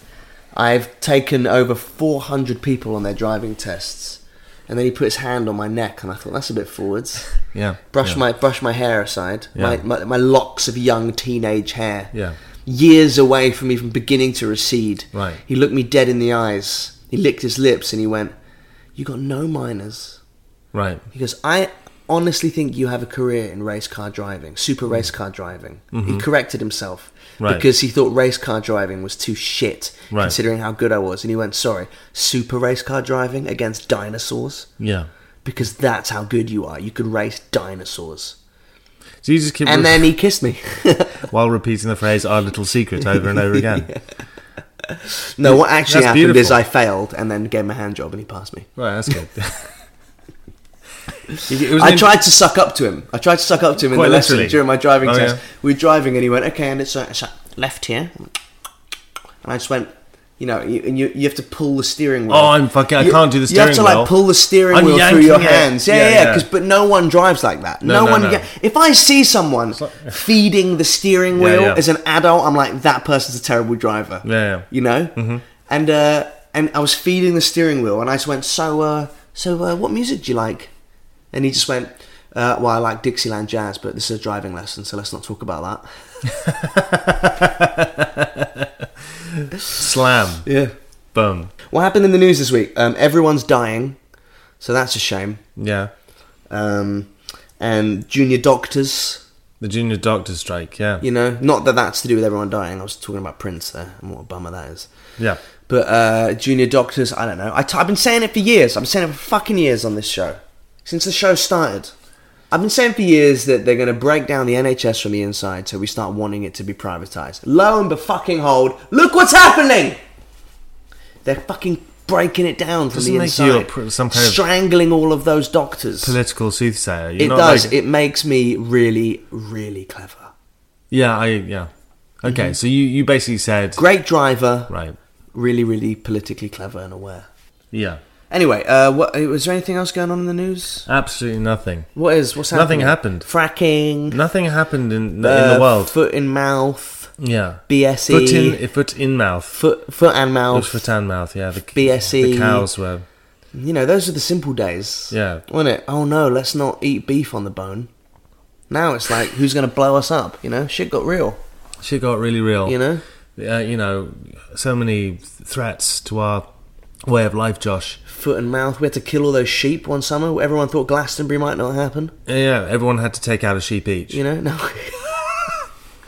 S2: I've taken over four hundred people on their driving tests," and then he put his hand on my neck, and I thought, "That's a bit forwards."
S3: Yeah.
S2: Brush
S3: yeah.
S2: my brush my hair aside,
S3: Yeah.
S2: my, my my locks of young teenage hair
S3: Yeah.
S2: years away from even beginning to recede.
S3: Right.
S2: He looked me dead in the eyes. He licked his lips and he went, "You got no minors."
S3: right.
S2: He goes, "I honestly think you have a career in race car driving, super race car driving." He corrected himself
S3: Mm. Mm-hmm. Right.
S2: because he thought race car driving was too shit,
S3: Right.
S2: considering how good I was. And he went, "Sorry, super race car driving against dinosaurs."
S3: Yeah.
S2: Because that's how good you are. You can race dinosaurs.
S3: So you just keep
S2: And then he kissed me.
S3: while repeating the phrase "our little secret" over and over again.
S2: no, what actually
S3: That's
S2: happened is
S3: beautiful.
S2: I failed and then gave him a hand job and he passed me.
S3: Right, that's good. It was
S2: I
S3: an-
S2: tried to suck up to him. I tried to suck up to him in
S3: Quite
S2: the lesson
S3: literally.
S2: during my driving
S3: Oh,
S2: test.
S3: yeah.
S2: We were driving, and he went, "Okay," and it's, uh, it's uh, left here, and I just went, you know, you, and you you have to pull the steering wheel.
S3: Oh, I'm fucking. I
S2: You-
S3: can't do the
S2: You
S3: steering
S2: have to
S3: wheel.
S2: like pull the steering
S3: I'm
S2: wheel through your
S3: yanking it.
S2: hands. Yeah,
S3: Yeah,
S2: yeah.
S3: yeah.
S2: Because but no one drives like that. No,
S3: No, no,
S2: one.
S3: no.
S2: ga- if I see someone feeding the steering
S3: Yeah,
S2: wheel
S3: yeah.
S2: as an adult, I'm like, that person's a terrible driver.
S3: Yeah, yeah. Mm-hmm.
S2: You know. And uh, and I was feeding the steering wheel, and I just went, so uh, so uh, what music do you like? And he just went, uh, well, I like Dixieland jazz, but this is a driving lesson, so let's not talk about that.
S3: slam.
S2: Yeah.
S3: Boom.
S2: What happened in the news this week? Um, everyone's dying, so that's a shame.
S3: Yeah.
S2: um, and junior doctors
S3: The junior doctors strike, yeah.
S2: You know, not that that's to do with everyone dying. I was talking about Prince there, and what a bummer that is.
S3: Yeah.
S2: But uh, junior doctors, I don't know. I t- I've been saying it for years. I've been saying it for fucking years on this show. Since the show started. I've been saying for years that they're going to break down the NHS from the inside so we start wanting it to be privatised. Lo and be fucking hold, look what's happening! They're fucking breaking it down from
S3: Doesn't
S2: the
S3: make
S2: inside.
S3: you a pr- some kind of-
S2: strangling all of those doctors.
S3: Political soothsayer. You're
S2: it
S3: not
S2: does.
S3: like-
S2: it makes me really, really clever.
S3: yeah, I yeah. Okay,
S2: Mm-hmm.
S3: so you, you basically said
S2: Great driver,
S3: Right.
S2: really, really politically clever and aware.
S3: Yeah.
S2: Anyway, uh, what, was there anything else going on in the news?
S3: Absolutely nothing.
S2: What is? What's happening?
S3: Nothing happened.
S2: Fracking.
S3: Nothing happened in in
S2: uh,
S3: the world.
S2: Foot in mouth.
S3: yeah.
S2: BSE.
S3: Foot in foot in mouth.
S2: E Foot, foot and
S3: Foot,
S2: mouth.
S3: foot and mouth, yeah. The,
S2: BSE.
S3: the cows were
S2: You know, those are the simple days.
S3: Yeah.
S2: Wasn't it? Oh no, let's not eat beef on the bone. Now it's like, who's going to blow us up? You know, shit got real.
S3: She got really real.
S2: You know?
S3: uh, you know, so many threats to our way of life, Josh.
S2: Foot and mouth. We had to kill all those sheep one summer. Everyone thought Glastonbury might not happen.
S3: Yeah, everyone had to take out a sheep each.
S2: You know? No.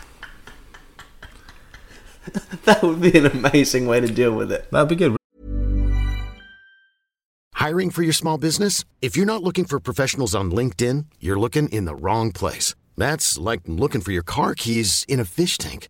S2: that would be an amazing way to deal with it.
S3: That'd be good.
S4: Hiring for your small business? If you're not looking for professionals on LinkedIn, you're looking in the wrong place. That's like looking for your car keys in a fish tank.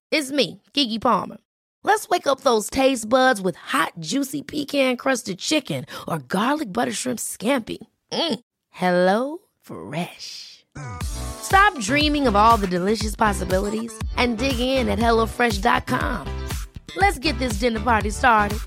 S5: It's me, Gigi Palmer. Let's wake up those taste buds with hot, juicy pecan crusted chicken or garlic butter shrimp scampi. Mm. Hello Fresh. Stop dreaming of all the delicious possibilities and dig in at HelloFresh.com. Let's get this dinner party started.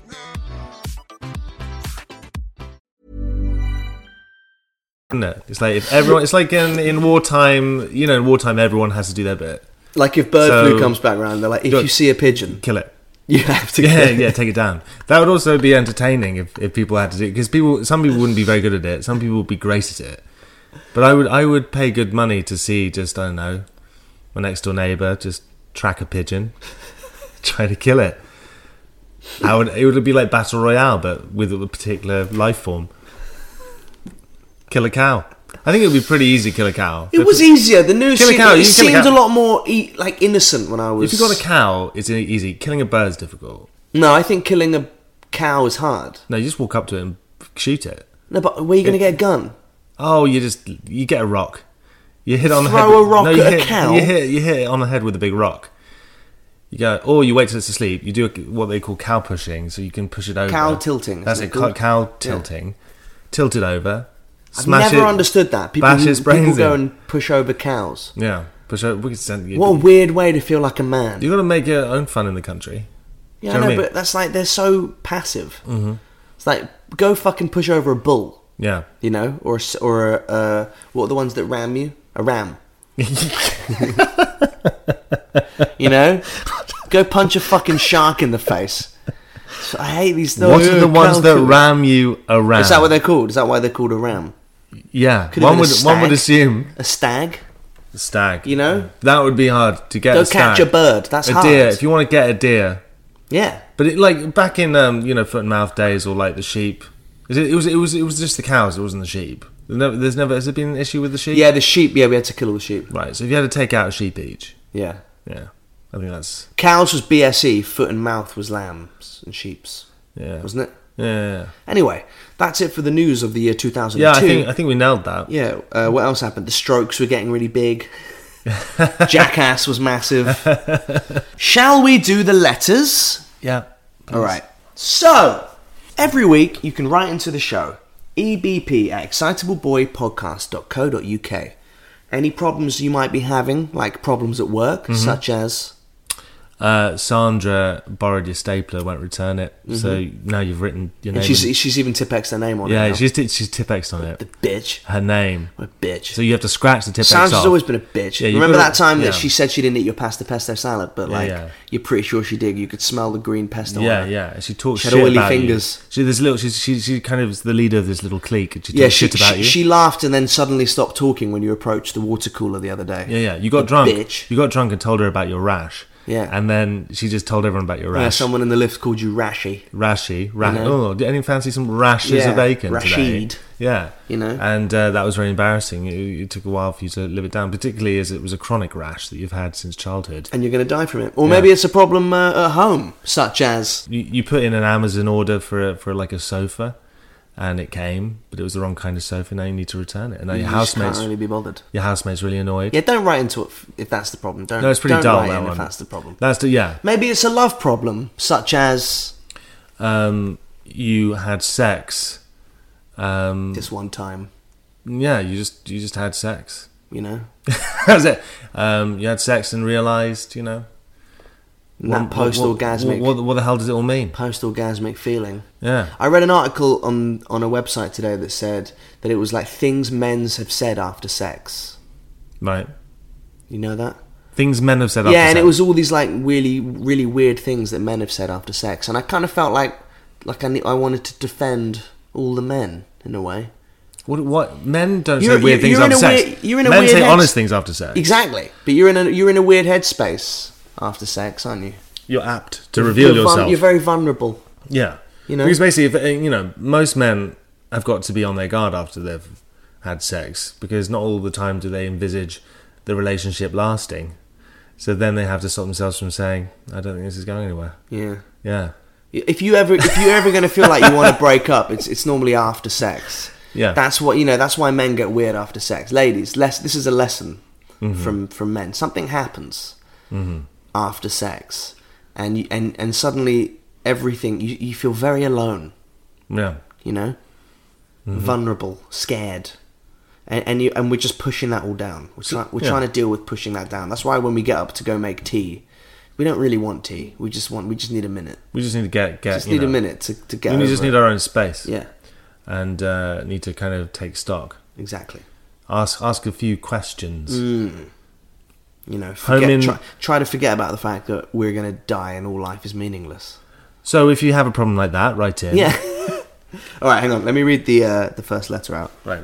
S3: Isn't it? It's like if everyone, it's like in, in wartime. You know, in wartime, everyone has to do their bit.
S2: Like if bird
S3: So-
S2: flu comes back round, they're like, if
S3: Good.
S2: you see a pigeon,
S3: Kill it.
S2: you have to.
S3: Yeah, yeah. Take it down. That would also be entertaining if, if people had to do because people. Some people wouldn't be very good at it. Some people would be great at it. But I would I would pay good money to see just I don't know my next door neighbor just track a pigeon, try to kill it. I would it would be like battle royale but with a particular life form. Kill a cow. I think it would be pretty easy to kill a cow.
S2: It was easier. The news
S3: Kill a
S2: seemed,
S3: cow, you
S2: it
S3: can kill a
S2: seemed a,
S3: cow.
S2: lot more e- like innocent when I was.
S3: If you got a cow, it's easy. Killing a bird is difficult.
S2: no, I think killing a cow is hard.
S3: No, you just walk up to it and shoot it.
S2: No, but where are you going to get a gun?
S3: Oh, you just you get a rock. You hit on the head.
S2: Throw
S3: with-
S2: a rock
S3: no, you
S2: at a
S3: hit,
S2: cow?
S3: You hit you hit it on the head with a big rock. You go, or you wait till it's asleep. You do a, what they call cow pushing, so you can push it over.
S2: Cow tilting,
S3: That's
S2: isn't
S3: it.
S2: it
S3: Cow,
S2: called?
S3: cow
S2: Yeah.
S3: tilting. Tilt it over.
S2: I've
S3: Smash
S2: never
S3: it,
S2: understood that. People,
S3: bash its brains
S2: people go
S3: in.
S2: and push over cows.
S3: Yeah. Push over. We could send you.
S2: What a weird way to feel like a man.
S3: you got to make your own fun in the country.
S2: yeah,
S3: do
S2: I
S3: you
S2: know,
S3: know what I mean?
S2: but that's like they're so passive. Mm-hmm. It's like go fucking push over a bull,
S3: Yeah.
S2: you know, or a s- or a, uh, what are the ones that ram you? A ram. You know, go punch a fucking shark in the face. So I hate these.
S3: what are the
S2: Ugh,
S3: ones that
S2: cow-
S3: ram you around?
S2: Is that what they're called? Is that why they're called a ram?
S3: Yeah.
S2: Could've
S3: One
S2: been a
S3: would one would
S2: stag.
S3: assume
S2: A stag?
S3: stag.
S2: You know?
S3: That would be hard to get.
S2: Go
S3: a stag.
S2: catch a bird. That's
S3: a
S2: hard.
S3: deer. If you want to get a deer,
S2: Yeah.
S3: But it, like back in um, you know foot and mouth days or like the sheep, is it, it was it was it was just the cows. It wasn't the sheep. There's never, there's never has there been an issue with the sheep?
S2: Yeah, the sheep. Yeah, we had to kill all the sheep.
S3: Right. So if you had to take out a sheep each,
S2: Yeah.
S3: yeah, I think that's
S2: Cows was BSE, foot and mouth was lambs and sheep's,
S3: yeah,
S2: wasn't it?
S3: Yeah, yeah,
S2: Anyway, that's it for the news of the year 2002.
S3: yeah. I think I think we nailed that.
S2: Yeah, uh, what else happened? The strokes were getting really big. Jackass was massive. Shall we do the letters?
S3: Yeah.
S2: All right. So, every week you can write into the show, ebp at
S3: Mm-hmm.
S2: excitableboypodcast.co.uk. Any problems you might be having, like problems at work, such as
S3: uh, Sandra borrowed your stapler, won't return it. So now you've written your name.
S2: Mm-hmm. And she's
S3: in-
S2: she's even tipexed her name on it.
S3: yeah,
S2: now.
S3: she's t- she's tipexed on
S2: the
S3: it.
S2: bitch.
S3: Her name.
S2: What a bitch.
S3: So you have to scratch the tipex
S2: Sandra's
S3: off.
S2: always been a bitch.
S3: Yeah, you've
S2: Remember
S3: gotta-
S2: that time
S3: yeah.
S2: that she said she didn't eat your pasta pesto salad, but
S3: Yeah,
S2: like
S3: yeah.
S2: you're pretty sure she did. You could smell the green pesto. on
S3: Yeah,
S2: her.
S3: yeah. She talks
S2: She had
S3: shit
S2: oily
S3: about you.
S2: fingers.
S3: She this little she's she she kind of is the leader of this little clique. And she talks
S2: Yeah, she,
S3: shit about
S2: she,
S3: you.
S2: she laughed and then suddenly stopped talking when you approached the water cooler the other day.
S3: yeah, yeah. You got
S2: The
S3: drunk.
S2: Bitch.
S3: You got drunk and told her about your rash.
S2: Yeah.
S3: And then she just told everyone about your
S2: Yeah,
S3: rash.
S2: someone in the lift called you Rashy.
S3: Rashy. Ra-
S2: You know?
S3: Oh, did anyone fancy some rashes
S2: Yeah,
S3: of bacon
S2: Rashid.
S3: today? Yeah.
S2: You know?
S3: And uh, that was very embarrassing. It, it took a while for you to live it down, particularly as it was a chronic rash that you've had since childhood.
S2: And you're going to die from it. Or
S3: Yeah.
S2: maybe it's a problem uh, at home, such as.
S3: You, you put in an Amazon order for a, for like a sofa, and it came, but it was the wrong kind of sofa. Now you need to return it, and now
S2: You
S3: your
S2: just can't
S3: housemates
S2: really be bothered.
S3: your housemate's really annoyed.
S2: Yeah, don't write into it f- if that's the problem. Don't,
S3: No, it's pretty
S2: don't
S3: dull
S2: write
S3: that
S2: in
S3: one.
S2: if that's the problem.
S3: That's the yeah.
S2: Maybe it's a love problem, such as
S3: Um, you had sex. Um,
S2: this one time,
S3: yeah, you just you just had sex.
S2: you know?
S3: That's it. Um, you had sex and realized, you know,
S2: And that post orgasmic.
S3: What, what, what the hell does it all mean?
S2: post orgasmic feeling.
S3: Yeah,
S2: I read an article on on a website today that said that it was like things men's have said after sex.
S3: right.
S2: You know that?
S3: Things men have said.
S2: yeah,
S3: after
S2: and
S3: sex.
S2: it was all these like really really weird things that men have said after sex, and I kind of felt like like I ne- I wanted to defend all the men in a way.
S3: What, what men don't
S2: You're-
S3: say weird
S2: you're-
S3: things
S2: you're in
S3: after
S2: a
S3: sex.
S2: weird- you're in a
S3: men
S2: weird
S3: say
S2: head-
S3: honest things after sex.
S2: Exactly, but you're in a you're in a weird headspace after sex, aren't you?
S3: You're apt to reveal
S2: You're vul-
S3: yourself.
S2: you're very vulnerable.
S3: yeah,
S2: You know?
S3: because basically, if, uh, you know, most men have got to be on their guard after they've had sex because not all the time do they envisage the relationship lasting. So then they have to stop themselves from saying, "I don't think this is going anywhere."
S2: Yeah.
S3: Yeah,
S2: If you ever if you're ever going to feel like you want to break up, it's it's normally after sex.
S3: Yeah.
S2: That's what you know, that's why men get weird after sex. Ladies, less this is a lesson
S3: Mm-hmm.
S2: from from men. Something happens after sex and you, and and suddenly everything you, you feel very alone,
S3: yeah.
S2: you know?
S3: Mm-hmm.
S2: Vulnerable, scared. And, and you and we're just pushing that all down. We're, try, we're
S3: Yeah.
S2: trying to deal with pushing that down. That's why when we get up to go make tea, we don't really want tea. We just want we just need a minute.
S3: We just need to get get.
S2: Just
S3: you
S2: need a
S3: know,
S2: minute to, to get.
S3: We
S2: over
S3: just need
S2: it.
S3: our own space.
S2: Yeah,
S3: and uh, need to kind of take stock.
S2: exactly.
S3: Ask ask a few questions.
S2: Mm. You know, forget,
S3: in-
S2: try, try to forget about the fact that we're going to die and all life is meaningless.
S3: So if you have a problem like that, write in.
S2: Yeah. all right, hang on. Let me read the uh, the first letter out.
S3: Right.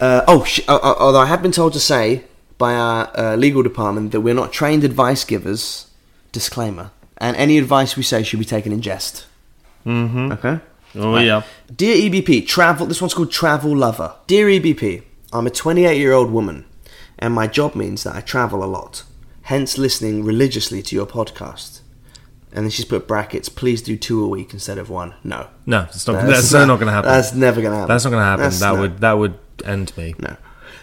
S2: Uh, oh, sh- uh, uh, although I have been told to say by our uh, legal department that we're not trained advice givers. Disclaimer. And any advice we say should be taken in jest. Mm-hmm. Okay.
S3: Oh yeah.
S2: Dear EBP, travel. This one's called Travel Lover. Dear EBP, I'm a 28 year old woman, and my job means that I travel a lot, hence listening religiously to your podcast. And then she's put brackets. Please do two a week instead of one. No,
S3: No, it's not. That's, not, going to happen.
S2: That's never going to happen.
S3: That's not going to happen.
S2: That's
S3: that
S2: no-
S3: would that would end me.
S2: no.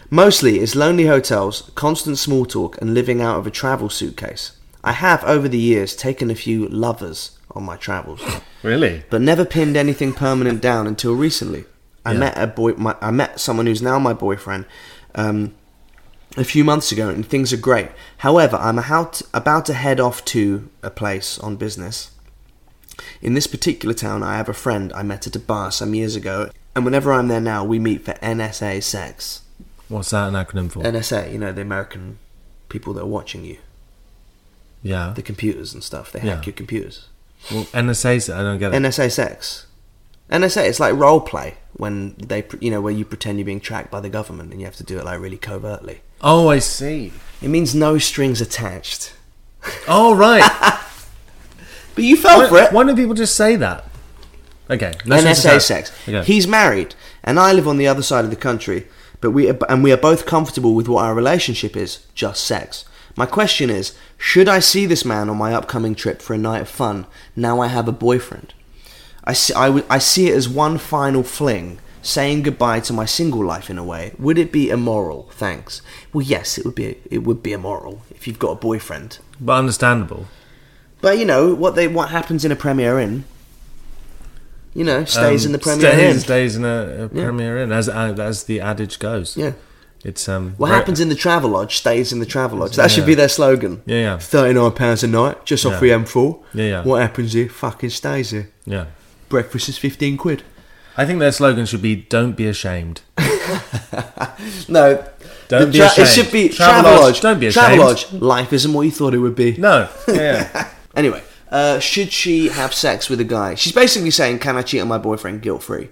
S2: Mostly it's lonely hotels, constant small talk, and living out of a travel suitcase. I have over the years taken a few lovers on my travels.
S3: Really?
S2: but never pinned anything permanent down until recently. I
S3: Yeah.
S2: met a boy. My, I met someone who's now my boyfriend um, a few months ago, and things are great. However, I'm about, about to head off to a place on business. In this particular town, I have a friend I met at a bar some years ago, and whenever I'm there now, we meet for NSA sex.
S3: What's that an acronym for?
S2: NSA, you know, the American people that are watching you,
S3: yeah.
S2: the computers and stuff. They hack
S3: Yeah.
S2: your computers.
S3: Well, NSA's. I don't get it.
S2: NSA sex. NSA, it's like role play when they, pr- you know, where you pretend you're being tracked by the government and you have to do it like really covertly.
S3: oh, I see.
S2: It means no strings attached.
S3: Oh, right.
S2: But you fell Oh, for
S3: why,
S2: it.
S3: why don't people just say that? Okay. let's just
S2: NSA
S3: attack.
S2: sex.
S3: Okay.
S2: He's married, and I live on the other side of the country. But we are, and we are both comfortable with what our relationship is, just sex. My question is, should I see this man on my upcoming trip for a night of fun? Now I have a boyfriend. I see, I would- I see it as one final fling, saying goodbye to my single life in a way. Would it be immoral? Thanks. Well, yes, it would be. It would be immoral if you've got a boyfriend.
S3: but understandable.
S2: But you know what they what happens in a Premier Inn. You know, stays
S3: Um,
S2: in the Premier
S3: stays,
S2: Inn.
S3: Stays in a, a Premier Inn, as as the uh, adage goes.
S2: Yeah.
S3: It's um.
S2: What
S3: very-
S2: happens in the Travelodge stays in the Travelodge. That should be
S3: Yeah.
S2: their slogan.
S3: Yeah, yeah.
S2: Thirty-nine pounds a night, just off
S3: Yeah.
S2: the M4.
S3: Yeah, yeah.
S2: What happens here fucking stays here.
S3: Yeah.
S2: Breakfast is fifteen quid.
S3: I think their slogan should be "Don't be ashamed."
S2: No, the
S3: Don't be
S2: It
S3: ashamed.
S2: should be
S3: Travelodge,
S2: Travelodge.
S3: don't be ashamed.
S2: Travelodge. Life isn't what you thought it would be.
S3: No. Yeah. yeah.
S2: Anyway, uh, should she have sex with a guy? She's basically saying, "Can I cheat on my boyfriend guilt free?"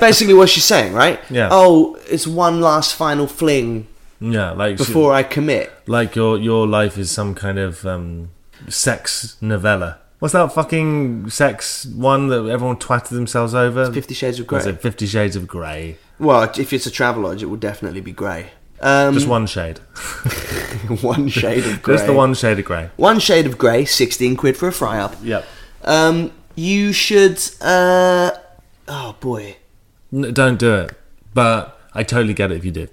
S2: Basically, what she's saying, right?
S3: Yeah.
S2: Oh, it's one last final fling
S3: Yeah, Like
S2: before I commit.
S3: like your your life is some kind of um, sex novella. What's that fucking sex one that everyone twatted themselves over?
S2: Fifty Shades of
S3: Was
S2: Grey.
S3: it Fifty Shades of Grey?
S2: Well, if it's a Travelodge, it will definitely be grey. Um,
S3: Just one shade.
S2: one shade of grey.
S3: Just the one shade of grey.
S2: One shade of grey, sixteen quid for a fry up.
S3: Yep.
S2: Um, you should. Uh, oh boy.
S3: N- don't do it. But I totally get it if you do.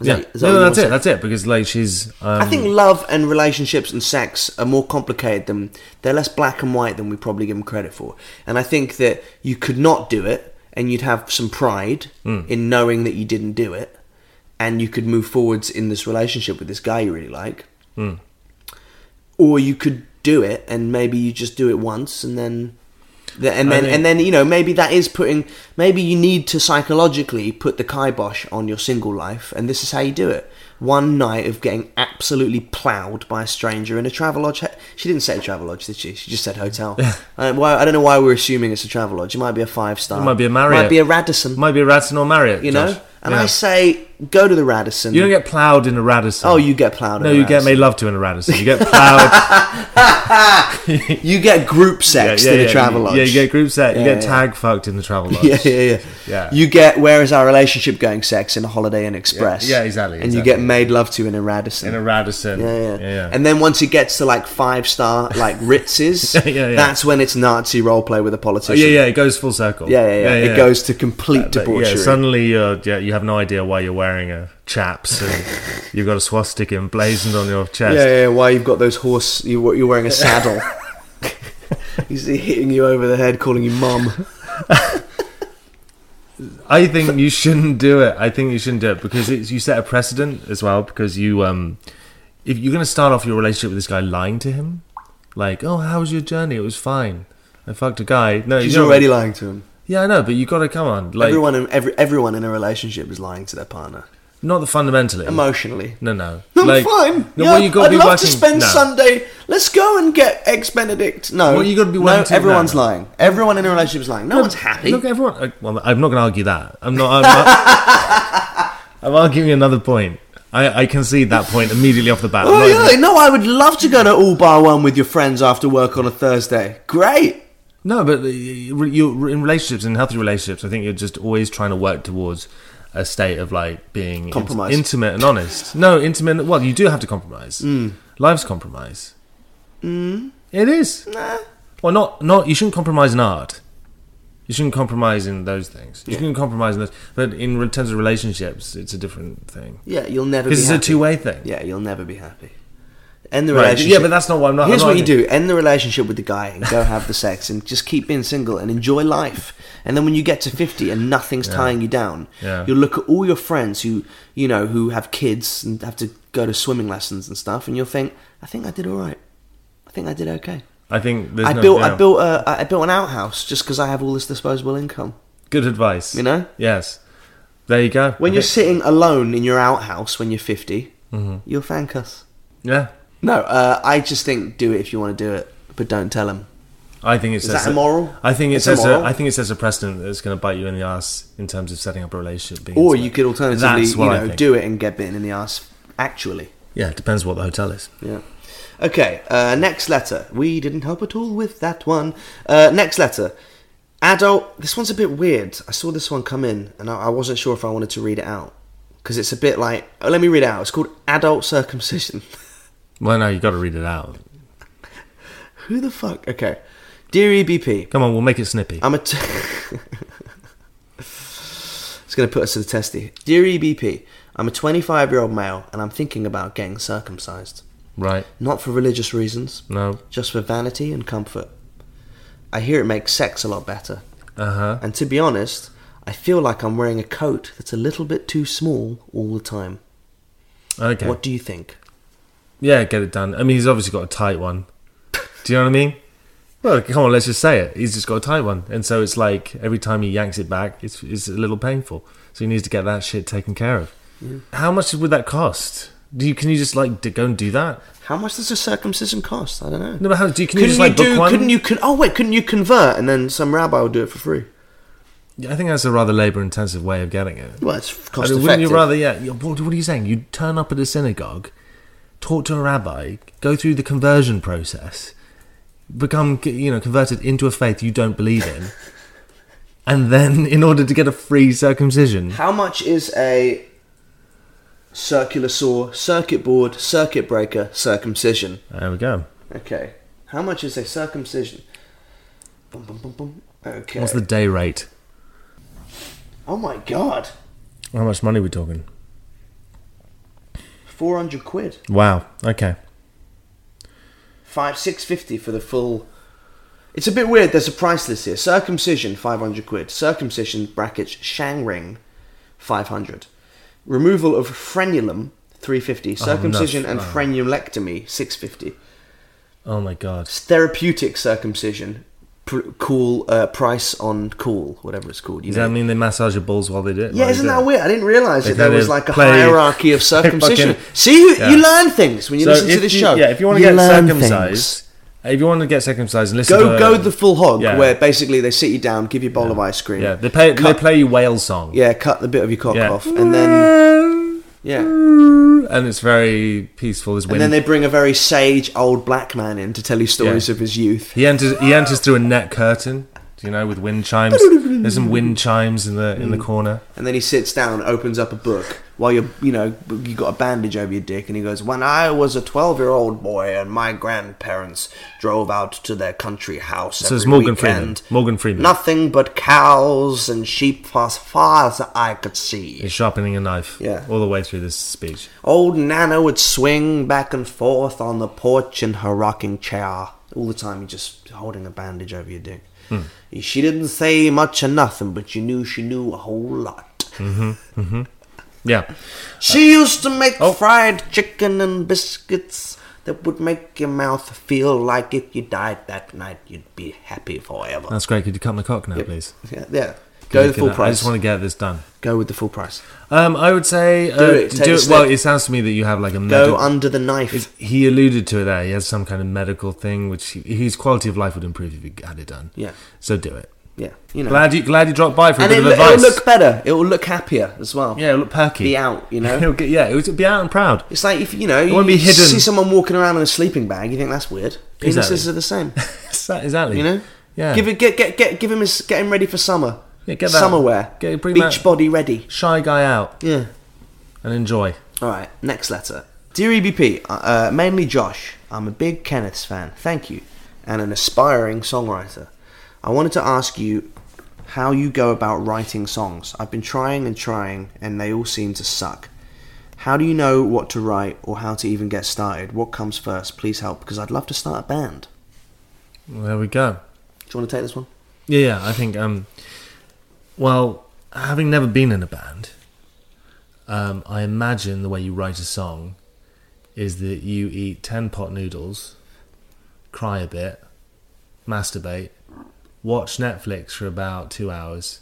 S2: Is
S3: yeah.
S2: that- is that
S3: no,
S2: what you
S3: no, that's
S2: wanna
S3: it.
S2: say?
S3: That's it. Because like she's. Um,
S2: I think love and relationships and sex are more complicated than they're less black and white than we probably give them credit for. And I think that you could not do it, and you'd have some pride
S3: Hmm.
S2: in knowing that you didn't do it, and you could move forwards in this relationship with this guy you really like, or you could do it and maybe you just do it once and then. th- And
S3: I
S2: then,
S3: think-
S2: and then, you know, maybe that is putting. Maybe you need to psychologically put the kibosh on your single life, and this is how you do it. One night of getting absolutely ploughed by a stranger in a travelodge. he- She didn't say travelodge, did she? She just said hotel. I, don't, why, I don't know why we're assuming it's a travelodge. It might be a five star.
S3: It might be a Marriott.
S2: Might be a Radisson.
S3: might be a Radisson or Marriott.
S2: you know.
S3: Josh.
S2: And
S3: Yeah.
S2: I say, go to the Radisson.
S3: You don't get ploughed in a Radisson.
S2: Oh, you get ploughed.
S3: No,
S2: in a
S3: you get
S2: Radisson.
S3: made love to in a Radisson. You get ploughed.
S2: You get group sex in a travelodge.
S3: Yeah, you get group set. You
S2: Yeah,
S3: get
S2: yeah.
S3: tag fucked in the travel lodge.
S2: yeah, yeah, yeah,
S3: Yeah.
S2: You get where is our relationship going? Sex in a Holiday Inn Express.
S3: Yeah, yeah, exactly,
S2: And you
S3: exactly.
S2: get made love to in a Radisson.
S3: In a Radisson.
S2: yeah, yeah.
S3: yeah. yeah.
S2: And then once it gets to like five star, like Ritz's,
S3: Yeah, yeah, yeah.
S2: that's when it's Nazi role play with a
S3: Oh,
S2: politician.
S3: yeah, yeah, it goes full circle.
S2: Yeah, yeah, yeah. It goes to complete
S3: But,
S2: debauchery.
S3: Yeah, suddenly you're, yeah, you have no idea why you're wearing a chaps and you've got a swastika emblazoned on your chest.
S2: yeah, yeah, yeah. Why you've got those horse? You, you're wearing a saddle. He's hitting you over the head, calling you mum.
S3: I think you shouldn't do it. I think you shouldn't do it because it's, you set a precedent as well. Because you, um, if you're going to start off your relationship with this guy lying to him, like, oh, how was your journey? It was fine. I fucked a guy. No,
S2: She's
S3: you know-
S2: already lying to him.
S3: Yeah, I know, but you got to come on. Like,
S2: everyone, in, every, everyone in a relationship is lying to their partner
S3: not the fundamentally.
S2: emotionally.
S3: no, no.
S2: I'm
S3: Like,
S2: fine.
S3: No,
S2: yeah,
S3: what you got
S2: I'd
S3: to be
S2: love
S3: working.
S2: to spend
S3: no.
S2: Sunday. Let's go and get eggs Benedict. No,
S3: What you gotta be
S2: no,
S3: working to-
S2: everyone's
S3: no.
S2: lying. Everyone in a relationship is lying. No, one's happy.
S3: Look, everyone. I- Well, I'm not going to argue that. I'm not. I'm, not, I'm arguing another point. I, I concede that point immediately off the bat. I'm
S2: oh
S3: not even-
S2: yeah, no, I would love to go to all bar one with your friends after work on a Thursday. Great.
S3: No, but uh, you you- in relationships, in healthy relationships, I think you're just always trying to work towards a state of like being int-
S2: Compromise.
S3: intimate and honest. No, intimate. Well, you do have to compromise.
S2: Mm.
S3: Life's compromise. Mm. It is. Nah. Well, not not. You shouldn't compromise in art. You shouldn't compromise in those things. You shouldn't compromise in those. But in re- terms of relationships, it's a different thing
S2: Yeah, you'll never. be
S3: because it's a
S2: happy.
S3: two way thing.
S2: Yeah, you'll never be happy. End the
S3: Right,
S2: relationship.
S3: yeah, but that's not what I'm not-
S2: Here's
S3: I'm not
S2: what you do: end the relationship with the guy and go have the sex, and just keep being single and enjoy life. And then when you get to fifty and nothing's tying you down,
S3: Yeah.
S2: you'll look at all your friends who you know who have kids and have to go to swimming lessons and stuff, and you'll think, "I think I did all right. I think I did okay.
S3: I think there's
S2: I
S3: no,
S2: built,
S3: yeah.
S2: I built, a, I built an outhouse just because I have all this disposable income."
S3: good advice.
S2: You know?
S3: Yes. There you go.
S2: When
S3: I
S2: you're
S3: think- Mm-hmm.
S2: sitting alone in your outhouse when you're 50 you you'll thank us.
S3: yeah,
S2: No, uh, I just think do it if you want to do it, but don't tell him.
S3: I think it
S2: Is
S3: says
S2: that immoral?
S3: I think it
S2: It's
S3: says a,
S2: immoral.
S3: I think it says a precedent that's going to bite you in the ass in terms of setting up a relationship. Being
S2: Or
S3: intimate.
S2: you could alternatively,
S3: That's
S2: you
S3: what I
S2: know,
S3: think.
S2: do it and get bitten in the ass. Actually,
S3: Yeah, it depends what the hotel is.
S2: yeah. Okay, uh, next letter. We didn't help at all with that one. Uh, next letter. Adult. This one's a bit weird. I saw this one come in, and I, I wasn't sure if I wanted to read it out because it's a bit like. Oh, let me read it out. It's called adult circumcision.
S3: Well, no, you got to read it out.
S2: Who the fuck? Okay, dear E EBP.
S3: Come on, we'll make it snippy.
S2: I'm a. T- it's going to put us to the test here. Dear EBP, I'm a 25 year old male and I'm thinking about getting circumcised.
S3: right?
S2: Not for religious reasons,
S3: No.
S2: just for vanity and comfort. I hear it makes sex a lot better.
S3: Uh huh.
S2: And to be honest, I feel like I'm wearing a coat that's a little bit too small all the time.
S3: Okay.
S2: What do you think?
S3: Yeah, get it done. I mean, he's obviously got a tight one. Do you know what I mean? Well, come on, let's just say it. He's just got a tight one, and so it's like every time he yanks it back, it's it's a little painful. So he needs to get that shit taken care of. How much would that cost? Do you can you just like d- go and do that?
S2: How much does a circumcision cost? I don't know.
S3: No, but how do you, can you just like
S2: do?
S3: book one?
S2: Couldn't you? Con- oh wait, couldn't you convert and then some rabbi will do it for free?
S3: I think that's a rather labour-intensive way of getting it.
S2: Well, it's
S3: I
S2: cost
S3: mean,
S2: effective.
S3: wouldn't you rather? Yeah. you- What, what are you saying? You turn up at a synagogue, talk to a rabbi, go through the conversion process, become you know converted into a faith you don't believe in, and then in order to get a free circumcision,
S2: How much is a circular saw, circuit board, circuit breaker, circumcision?
S3: there we go.
S2: Okay. How much is a circumcision? Bum, bum, bum, bum. Okay.
S3: What's the day rate?
S2: oh my god.
S3: How much money are we talking?
S2: 400 quid.
S3: Wow. Okay.
S2: 5 650 for the full. It's a bit weird, there's a price list here. Circumcision, 500 quid. Circumcision, brackets, shang ring, 500. Removal of frenulum, 350.
S3: Oh, no.
S2: Circumcision and
S3: Oh.
S2: frenulectomy, 650.
S3: Oh my god.
S2: therapeutic circumcision pr- cool uh, price on cool whatever it's called you
S3: Does
S2: know
S3: that mean they massage your balls while they do it?
S2: yeah
S3: While they
S2: isn't
S3: do
S2: that
S3: it?
S2: weird i didn't realize
S3: They
S2: that there
S3: kinda
S2: was like a
S3: play-
S2: hierarchy of
S3: they
S2: circumcision
S3: fucking-
S2: see you,
S3: Yeah.
S2: you learn things when you
S3: So
S2: listen to
S3: if
S2: this
S3: you-
S2: show
S3: Yeah, if you want to get
S2: learn
S3: circumcised,
S2: things.
S3: if you want to get circumcised and listen
S2: go
S3: to
S2: go the full hog
S3: Yeah.
S2: where basically they sit you down give you a bowl of ice cream
S3: yeah, they play
S2: cut,
S3: they play you whale song.
S2: yeah cut the bit of your cock
S3: Yeah.
S2: off and then yeah
S3: and it's very peaceful. There's
S2: and
S3: wind.
S2: then they bring a very sage old black man in to tell you stories
S3: Yeah.
S2: of his youth
S3: he enters. He enters through a net curtain. You know, with wind chimes. There's some wind chimes in the
S2: Mm.
S3: in the corner.
S2: And then he sits down, opens up a book while you're, you know, you got a bandage over your dick, and he goes, "When I was a twelve-year-old boy, and my grandparents drove out to their country house
S3: So
S2: every
S3: it's Morgan Freeman.
S2: weekend.
S3: Morgan Freeman.
S2: Nothing but cows and sheep, as far as I could see.
S3: He's sharpening a knife.
S2: Yeah.
S3: all the way through this speech.
S2: Old Nana would swing back and forth on the porch in her rocking chair all the time. You're just holding a bandage over your dick.
S3: Hmm.
S2: She didn't say much or nothing, but you knew she knew a whole lot."
S3: Yeah,
S2: She used to make
S3: oh.
S2: fried chicken and biscuits that would make your mouth feel like if you died that night, you'd be happy forever.
S3: that's great. Could you cut my cock now, please?
S2: yeah, yeah. Go the
S3: Uh. Look at
S2: full
S3: that. I
S2: price.
S3: just want to get this done.
S2: Go with the full price.
S3: Um, I would say uh, do
S2: it.
S3: it.
S2: Take a step.
S3: Well, it sounds to me that you have like
S2: Go
S3: a medical.
S2: under the knife.
S3: It's- he alluded to it there. He has some kind of medical thing, which he, his quality of life would improve if he had it done.
S2: Yeah.
S3: So do it.
S2: yeah, you know.
S3: Glad you glad you dropped by for a
S2: and
S3: bit
S2: it,
S3: of
S2: will
S3: advice.
S2: look better. It will look happier as well.
S3: yeah, it'll look perky.
S2: Be out, you know?
S3: It'll get- yeah, it would be out and proud.
S2: It's like if you know you
S3: won't be hidden.
S2: see someone walking around in a sleeping bag, you think that's weird. Penises
S3: Exactly.
S2: are the same,
S3: Exa- exactly.
S2: you know.
S3: Yeah.
S2: Give it, get get get give him his, get him ready for summer.
S3: Yeah, get that-
S2: summer wear.
S3: get- bring
S2: beach
S3: that-
S2: body ready.
S3: shy guy out
S2: Yeah.
S3: and enjoy.
S2: All right, next letter. Dear EBP, uh, uh, mainly Josh, I'm a big Kenneth's fan, thank you, and an aspiring songwriter. I wanted to ask you how you go about writing songs. I've been trying and trying, and they all seem to suck. How do you know what to write or how to even get started? What comes first? Please help, because I'd love to start a band.
S3: Well, there we go.
S2: Do you want to take this one?
S3: Yeah, yeah, I think. Um, well, having never been in a band, um, I imagine the way you write a song is that you eat ten pot noodles, cry a bit, masturbate, watch Netflix for about two hours.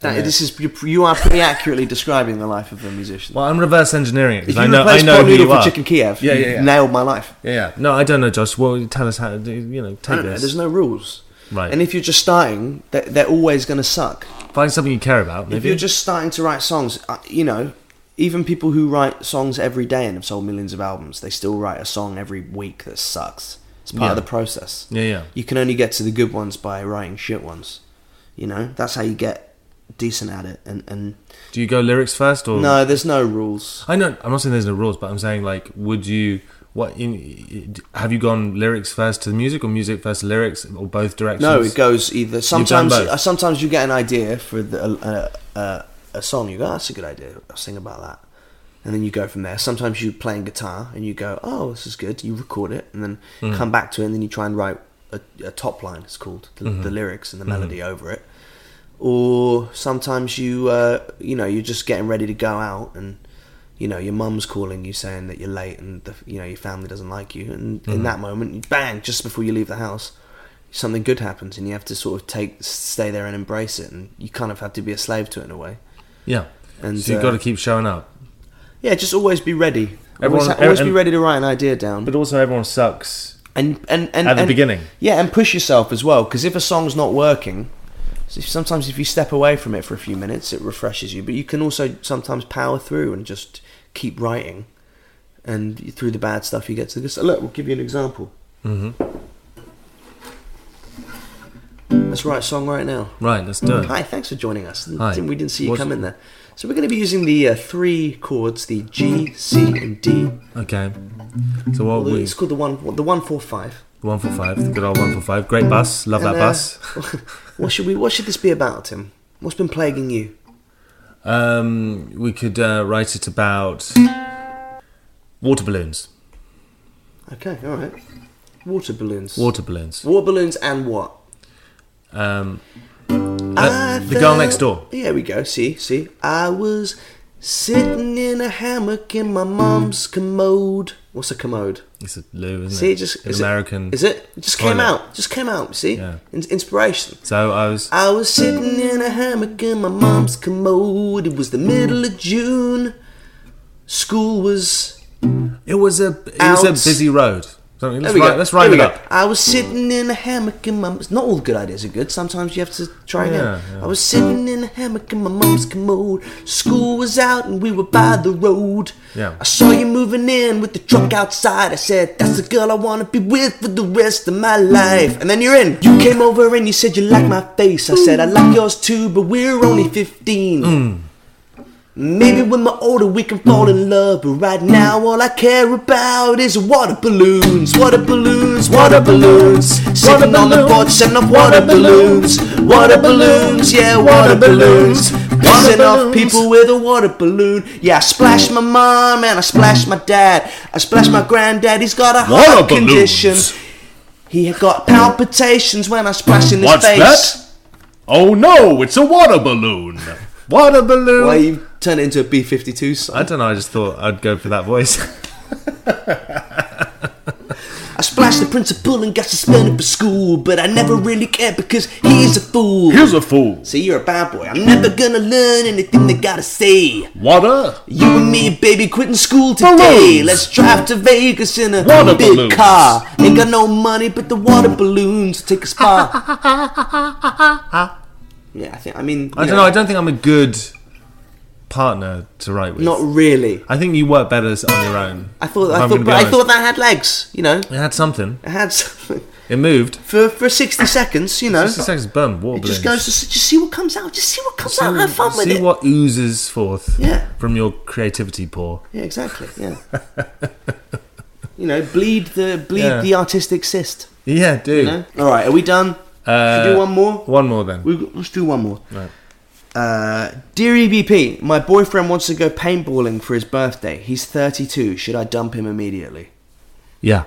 S2: That, This is you, you are pretty accurately describing the life of a musician.
S3: Well, I'm reverse engineering it
S2: if
S3: because
S2: you
S3: I know I
S2: replace
S3: know
S2: pot
S3: who
S2: noodle
S3: you
S2: for
S3: are.
S2: chicken Kiev,
S3: Yeah,
S2: you
S3: yeah, yeah.
S2: nailed my life.
S3: Yeah, yeah. No, I don't know, Josh. Well, tell us how. do- You know,
S2: I
S3: take
S2: don't know,
S3: this.
S2: There's no rules.
S3: Right.
S2: And if you're just starting, they're, they're always going to suck.
S3: Find something you care about. Maybe.
S2: If you're just starting to write songs, uh, you know, even people who write songs every day and have sold millions of albums, they still write a song every week that sucks. It's part
S3: Yeah.
S2: of the process.
S3: Yeah, yeah.
S2: You can only get to the good ones by writing shit ones. You know, that's how you get decent at it. And, and
S3: do you go lyrics first or
S2: no, there's no rules.
S3: I know. I'm not saying there's no rules, but I'm saying like, would you? What in, have you gone lyrics first to the music, or music first to lyrics, or both directions?
S2: No, it goes either. Sometimes,
S3: both.
S2: uh, sometimes you get an idea for the, uh, uh, a song. You go, "That's a good idea. I'll sing about that," and then you go from there. Sometimes you playing guitar and you go, "Oh, this is good." You record it and then come back to it, and then you try and write a, a top line. It's called the, the lyrics and the melody over it. or sometimes you uh, you know you're just getting ready to go out and you know your mum's calling you saying that you're late and the, you know your family doesn't like you and
S3: Mm-hmm.
S2: in that moment bang just before you leave the house something good happens and you have to sort of take stay there and embrace it and you kind of have to be a slave to it in a way
S3: Yeah.
S2: And,
S3: so you've
S2: uh,
S3: got to keep showing up.
S2: yeah just always be ready
S3: Everyone-
S2: always, ha- always
S3: and-
S2: be ready to write an idea down
S3: But also, everyone sucks.
S2: and and, and
S3: At the
S2: and-
S3: beginning.
S2: yeah and push yourself as well because if a song's not working so if- sometimes if you step away from it for a few minutes it refreshes you but you can also sometimes power through and just keep writing and you- through the bad stuff you get to the good stuff look we'll give you an example mm-hmm. let's write a song right now
S3: Right, let's do it.
S2: hi thanks for joining us Didn't-
S3: Hi.
S2: didn't- we didn't see you
S3: What's-
S2: come in there so we're going to be using the uh, three chords the g c and d
S3: Okay. So what we
S2: it's called the one the one four five
S3: one for five, the good old one for five. Great bus, love that
S2: And, uh,
S3: bus.
S2: What should we? What should this be about, Tim? What's been plaguing you?
S3: Um, we could uh, write it about water balloons.
S2: Okay, all right. Water balloons.
S3: Water balloons.
S2: Water balloons and what?
S3: Um,
S2: I
S3: uh, the girl
S2: fell-
S3: next door.
S2: There we go. See, see. I was sitting in a hammock in my mum's commode. What's a commode?
S3: It's a loo, isn't
S2: See,
S3: it?
S2: it just
S3: It's
S2: is it-
S3: American.
S2: Is it? It just came
S3: toilet.
S2: out. Just came out. See,
S3: Yeah.
S2: In- inspiration.
S3: So I was.
S2: I was sitting in a hammock in my mom's commode. It was the middle of June. School was
S3: It was a. It was a
S2: Out.
S3: busy road. So let's,
S2: There we
S3: write,
S2: go.
S3: let's
S2: There
S3: write
S2: we
S3: it
S2: go.
S3: up.
S2: I was sitting in a hammock in my. Not all good ideas are good. Sometimes you have to try again.
S3: Yeah, yeah.
S2: I was sitting in a hammock in my mum's commode. School was out and we were by the road.
S3: Yeah.
S2: I saw you moving in with the truck outside. I said, "That's the girl I wanna be with for the rest of my life." And then you're in. You came over and you said you like my face. I said I like yours too, but we're only 15.
S3: Mm.
S2: Maybe when we're older we can fall in love, but right now all I care about is water balloons, water balloons, water balloons. Sitting on the porch, sending off water balloons, water balloons, yeah, water balloons. Pissing off people with a water balloon. Yeah, I splashed my mom and I splashed my dad. I splashed my granddad. He's got a
S3: Water
S2: heart condition.
S3: balloons.
S2: He got palpitations when I splashed in his
S3: What's
S2: face.
S3: that? Oh no! It's a water balloon. Water balloon.
S2: Why you turn it into a B fifty two song?
S3: I don't know. I just thought I'd go for that voice.
S2: I splashed the principal and got suspended for school, but I never really cared because he's a fool.
S3: a fool.
S2: See, you're a bad boy. I'm never gonna learn anything they gotta say.
S3: Water.
S2: You and me, baby, quitting school today.
S3: Balloons.
S2: Let's drive to Vegas in a
S3: Water
S2: big
S3: balloons.
S2: car. Ain't got no money, but the water balloons take a spa. yeah, I think. I mean,
S3: I
S2: you
S3: don't know. I don't think I'm a good partner to write with.
S2: Not really.
S3: I think you work better on your own.
S2: I thought.
S3: if
S2: I thought.
S3: I'm gonna be
S2: But I
S3: honest.
S2: thought that had legs. You know,
S3: it had something.
S2: it had something.
S3: It moved.
S2: for for sixty seconds. You know,
S3: Just a second. Boom. Water
S2: It just
S3: balloons.
S2: goes to s- just see what comes out. Just see what comes out. Have fun with
S3: see
S2: it.
S3: what oozes forth
S2: Yeah.
S3: from your creativity pore.
S2: Yeah, exactly. Yeah. you know, bleed the bleed
S3: Yeah.
S2: the artistic cyst.
S3: Yeah, dude.
S2: You know. All right, are we done?
S3: Uh,
S2: Should we do one more?
S3: One more then.
S2: We, let's do one more. Uh, dear EBP, my boyfriend wants to go paintballing for his birthday. He's 32. Should I dump him immediately?
S3: yeah.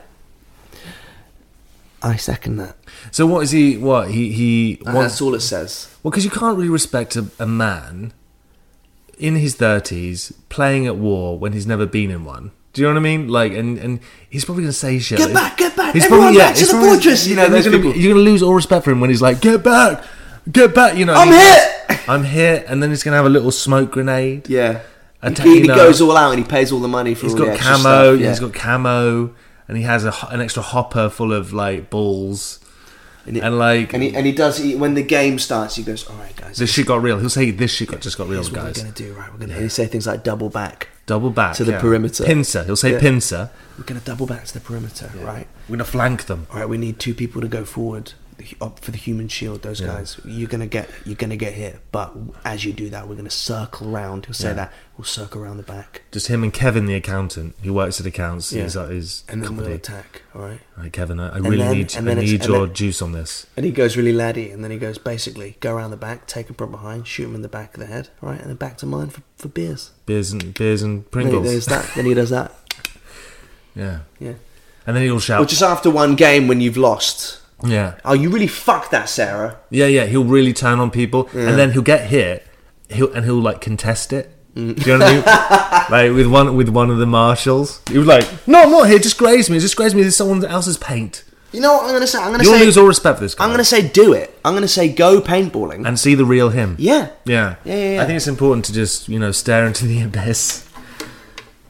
S2: I second that.
S3: So what is he? What he he
S2: And
S3: wants?
S2: Uh, that's all it says.
S3: Well, because you can't really respect a, a man in his thirties playing at war when he's never been in one. Do you know what I mean? Like, and and he's probably gonna say shit.
S2: Get
S3: like-
S2: back, get back, everyone back to
S3: he's
S2: the
S3: probably-
S2: fortress, you know,
S3: and
S2: those
S3: you're gonna,
S2: people.
S3: you're gonna lose all respect for him when he's like, "Get back, get back," you know.
S2: I'm
S3: he's
S2: here!
S3: like, I'm here, and then he's gonna have a little smoke grenade.
S2: Yeah.
S3: And
S2: he he
S3: you know-
S2: goes all out and he pays all the money for
S3: He's
S2: all the
S3: got
S2: extra
S3: camo.
S2: stuff,
S3: He's got camo, and he has a, ho- an extra hopper full of like balls.
S2: And, he-
S3: and, like-
S2: and he, and he does. He, when the game starts, he goes, "All right, guys,
S3: This shit got real. He'll say this shit got, just got real,
S2: here's what we're
S3: guys.
S2: gonna do. Right, we're gonna." And he say things like double back.
S3: Double back
S2: To the
S3: yeah.
S2: perimeter.
S3: Pincer. He'll say
S2: Yeah.
S3: pincer.
S2: We're gonna double back to the perimeter, right?
S3: We're gonna flank them.
S2: All right, we need two people to go forward the hu- up for the human shield. Those guys, you're gonna get, you're gonna get hit. But as you do that, we're gonna circle round. He'll say that we'll circle around the back,
S3: Just him and Kevin, the accountant, who works at accounts.
S2: Yeah.
S3: He's like his
S2: and then we'll
S3: company.
S2: attack. All right.
S3: Right, Kevin, I, I really
S2: then-
S3: need
S2: and
S3: I
S2: then it's-
S3: need
S2: and
S3: your
S2: then-
S3: juice on this.
S2: And he goes really laddie, and then he goes basically go around the back, take him from behind, shoot him in the back of the head, all right, and then back to mine for, for beers.
S3: Beers and beers and
S2: And then he does
S3: Pringles.
S2: that. Then he does that.
S3: Yeah.
S2: Yeah.
S3: And then he'll shout.
S2: Or just after one game when you've lost,
S3: Yeah.
S2: Oh, you really fucked that, Sarah.
S3: Yeah, yeah, he'll really turn on people, and then he'll get hit, he'll and he'll like contest it.
S2: Mm.
S3: Do you know what I mean? like with one with one of the marshals, he was like, "No, I'm not here. Just graze me. Just graze me. This is someone else's paint.
S2: You know what I'm gonna say? I'm gonna
S3: You'll
S2: say
S3: lose all respect for this guy."
S2: I'm gonna say do it. I'm gonna say go paintballing.
S3: and see the real him.
S2: yeah.
S3: yeah,
S2: Yeah, yeah, yeah.
S3: I think it's important to just you know stare into the abyss.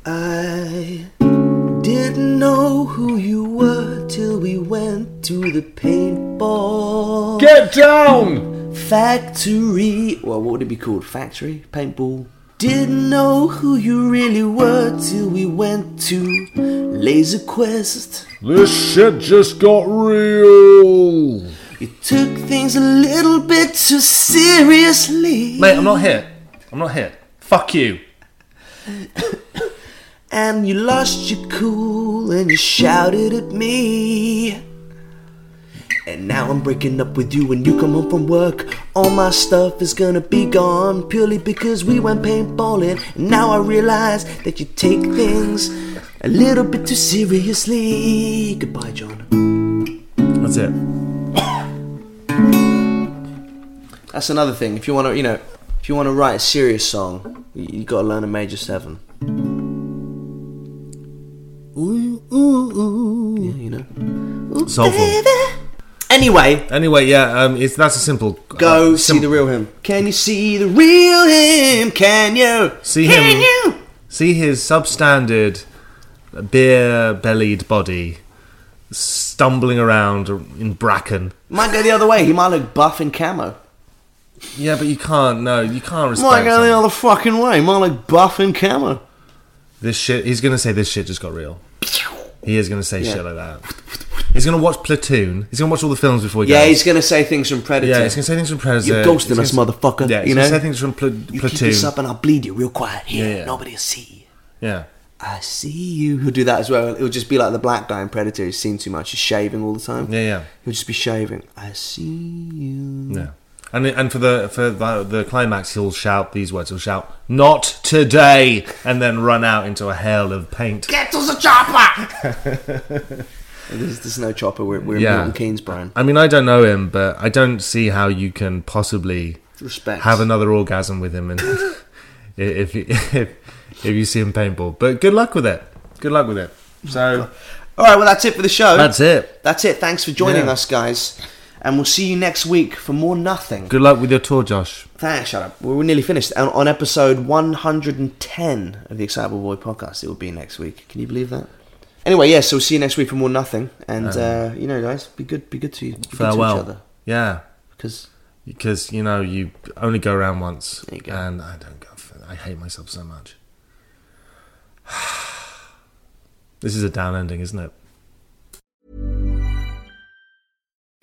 S2: I didn't know who you were till we went to the paintball
S3: Get down.
S2: factory. Well, what would it be called? Factory? Paintball? Didn't know who you really were till we went to Laser Quest.
S3: This shit just got real.
S2: You took things a little bit too seriously.
S3: Mate, I'm not here. I'm not here. Fuck you.
S2: And you lost your cool and you shouted at me. And now I'm breaking up with you when you come home from work. All my stuff is gonna be gone purely because we went paintballing. And now I realize that you take things a little bit too seriously. Goodbye, John.
S3: That's it.
S2: That's another thing. If you wanna, you know, if you wanna write a serious song, you, you gotta learn a major seven.
S3: Ooh, ooh, ooh.
S2: Yeah, you know.
S3: Soulful.
S2: Anyway,
S3: Anyway, yeah, um, it's that's a simple.
S2: Go
S3: uh,
S2: see
S3: sim-
S2: the real him. Can you see the real him? Can you?
S3: See
S2: Can
S3: him.
S2: you?
S3: see his substandard, beer-bellied body stumbling around in bracken.
S2: Might go the other way. He might look buff in camo.
S3: Yeah, but you can't. No, you can't respect.
S2: Might go the
S3: someone.
S2: other fucking way. Might look buff in camo.
S3: This shit. He's gonna say this shit just got real. He is gonna say
S2: Yeah.
S3: shit like that. He's gonna watch Platoon. He's gonna watch all the films before he
S2: Yeah,
S3: goes.
S2: he's gonna say things from Predator.
S3: yeah, he's gonna say things from Predator.
S2: You're ghosting
S3: He's
S2: us,
S3: gonna-
S2: motherfucker.
S3: Yeah, he's
S2: You
S3: gonna
S2: know?
S3: say things from Pla-
S2: you keep
S3: Platoon.
S2: this up and I'll bleed you real quiet here.
S3: Yeah, yeah.
S2: Nobody'll see you.
S3: Yeah,
S2: I see you. He'll do that as well. It'll just be like the black guy in Predator who's seen too much. He's shaving all the time.
S3: yeah, yeah.
S2: He'll just be shaving. I see you.
S3: Yeah. And, and for the for the, the climax, he'll shout these words. He'll shout, "Not today!" and then run out into a hail of paint.
S2: Get to the chopper! there's, there's no chopper. We're, we're in Milton Keynes, Brian.
S3: I mean, I don't know him, but I don't see how you can possibly
S2: Respect.
S3: have another orgasm with him, and if, if if you see him paintball. But good luck with it. Good luck with it. So
S2: All right, well, that's it for the show.
S3: that's it.
S2: That's it. Thanks for joining
S3: Yeah.
S2: us, guys. And we'll see you next week for more nothing.
S3: Good luck with your tour, Josh.
S2: Thanks, shut up. We're we're nearly finished. On, on episode 110 of the Excitable Boy podcast, it will be next week. Can you believe that? Anyway, yeah, so we'll see you next week for more nothing. And, uh, you know, guys, be good be good to, you. Be good to each
S3: Um, Farewell.
S2: other.
S3: Yeah,
S2: Because
S3: because you know you only go around once,
S2: There you go.
S3: and I don't go. For, I hate myself so much. This is a down ending, isn't it?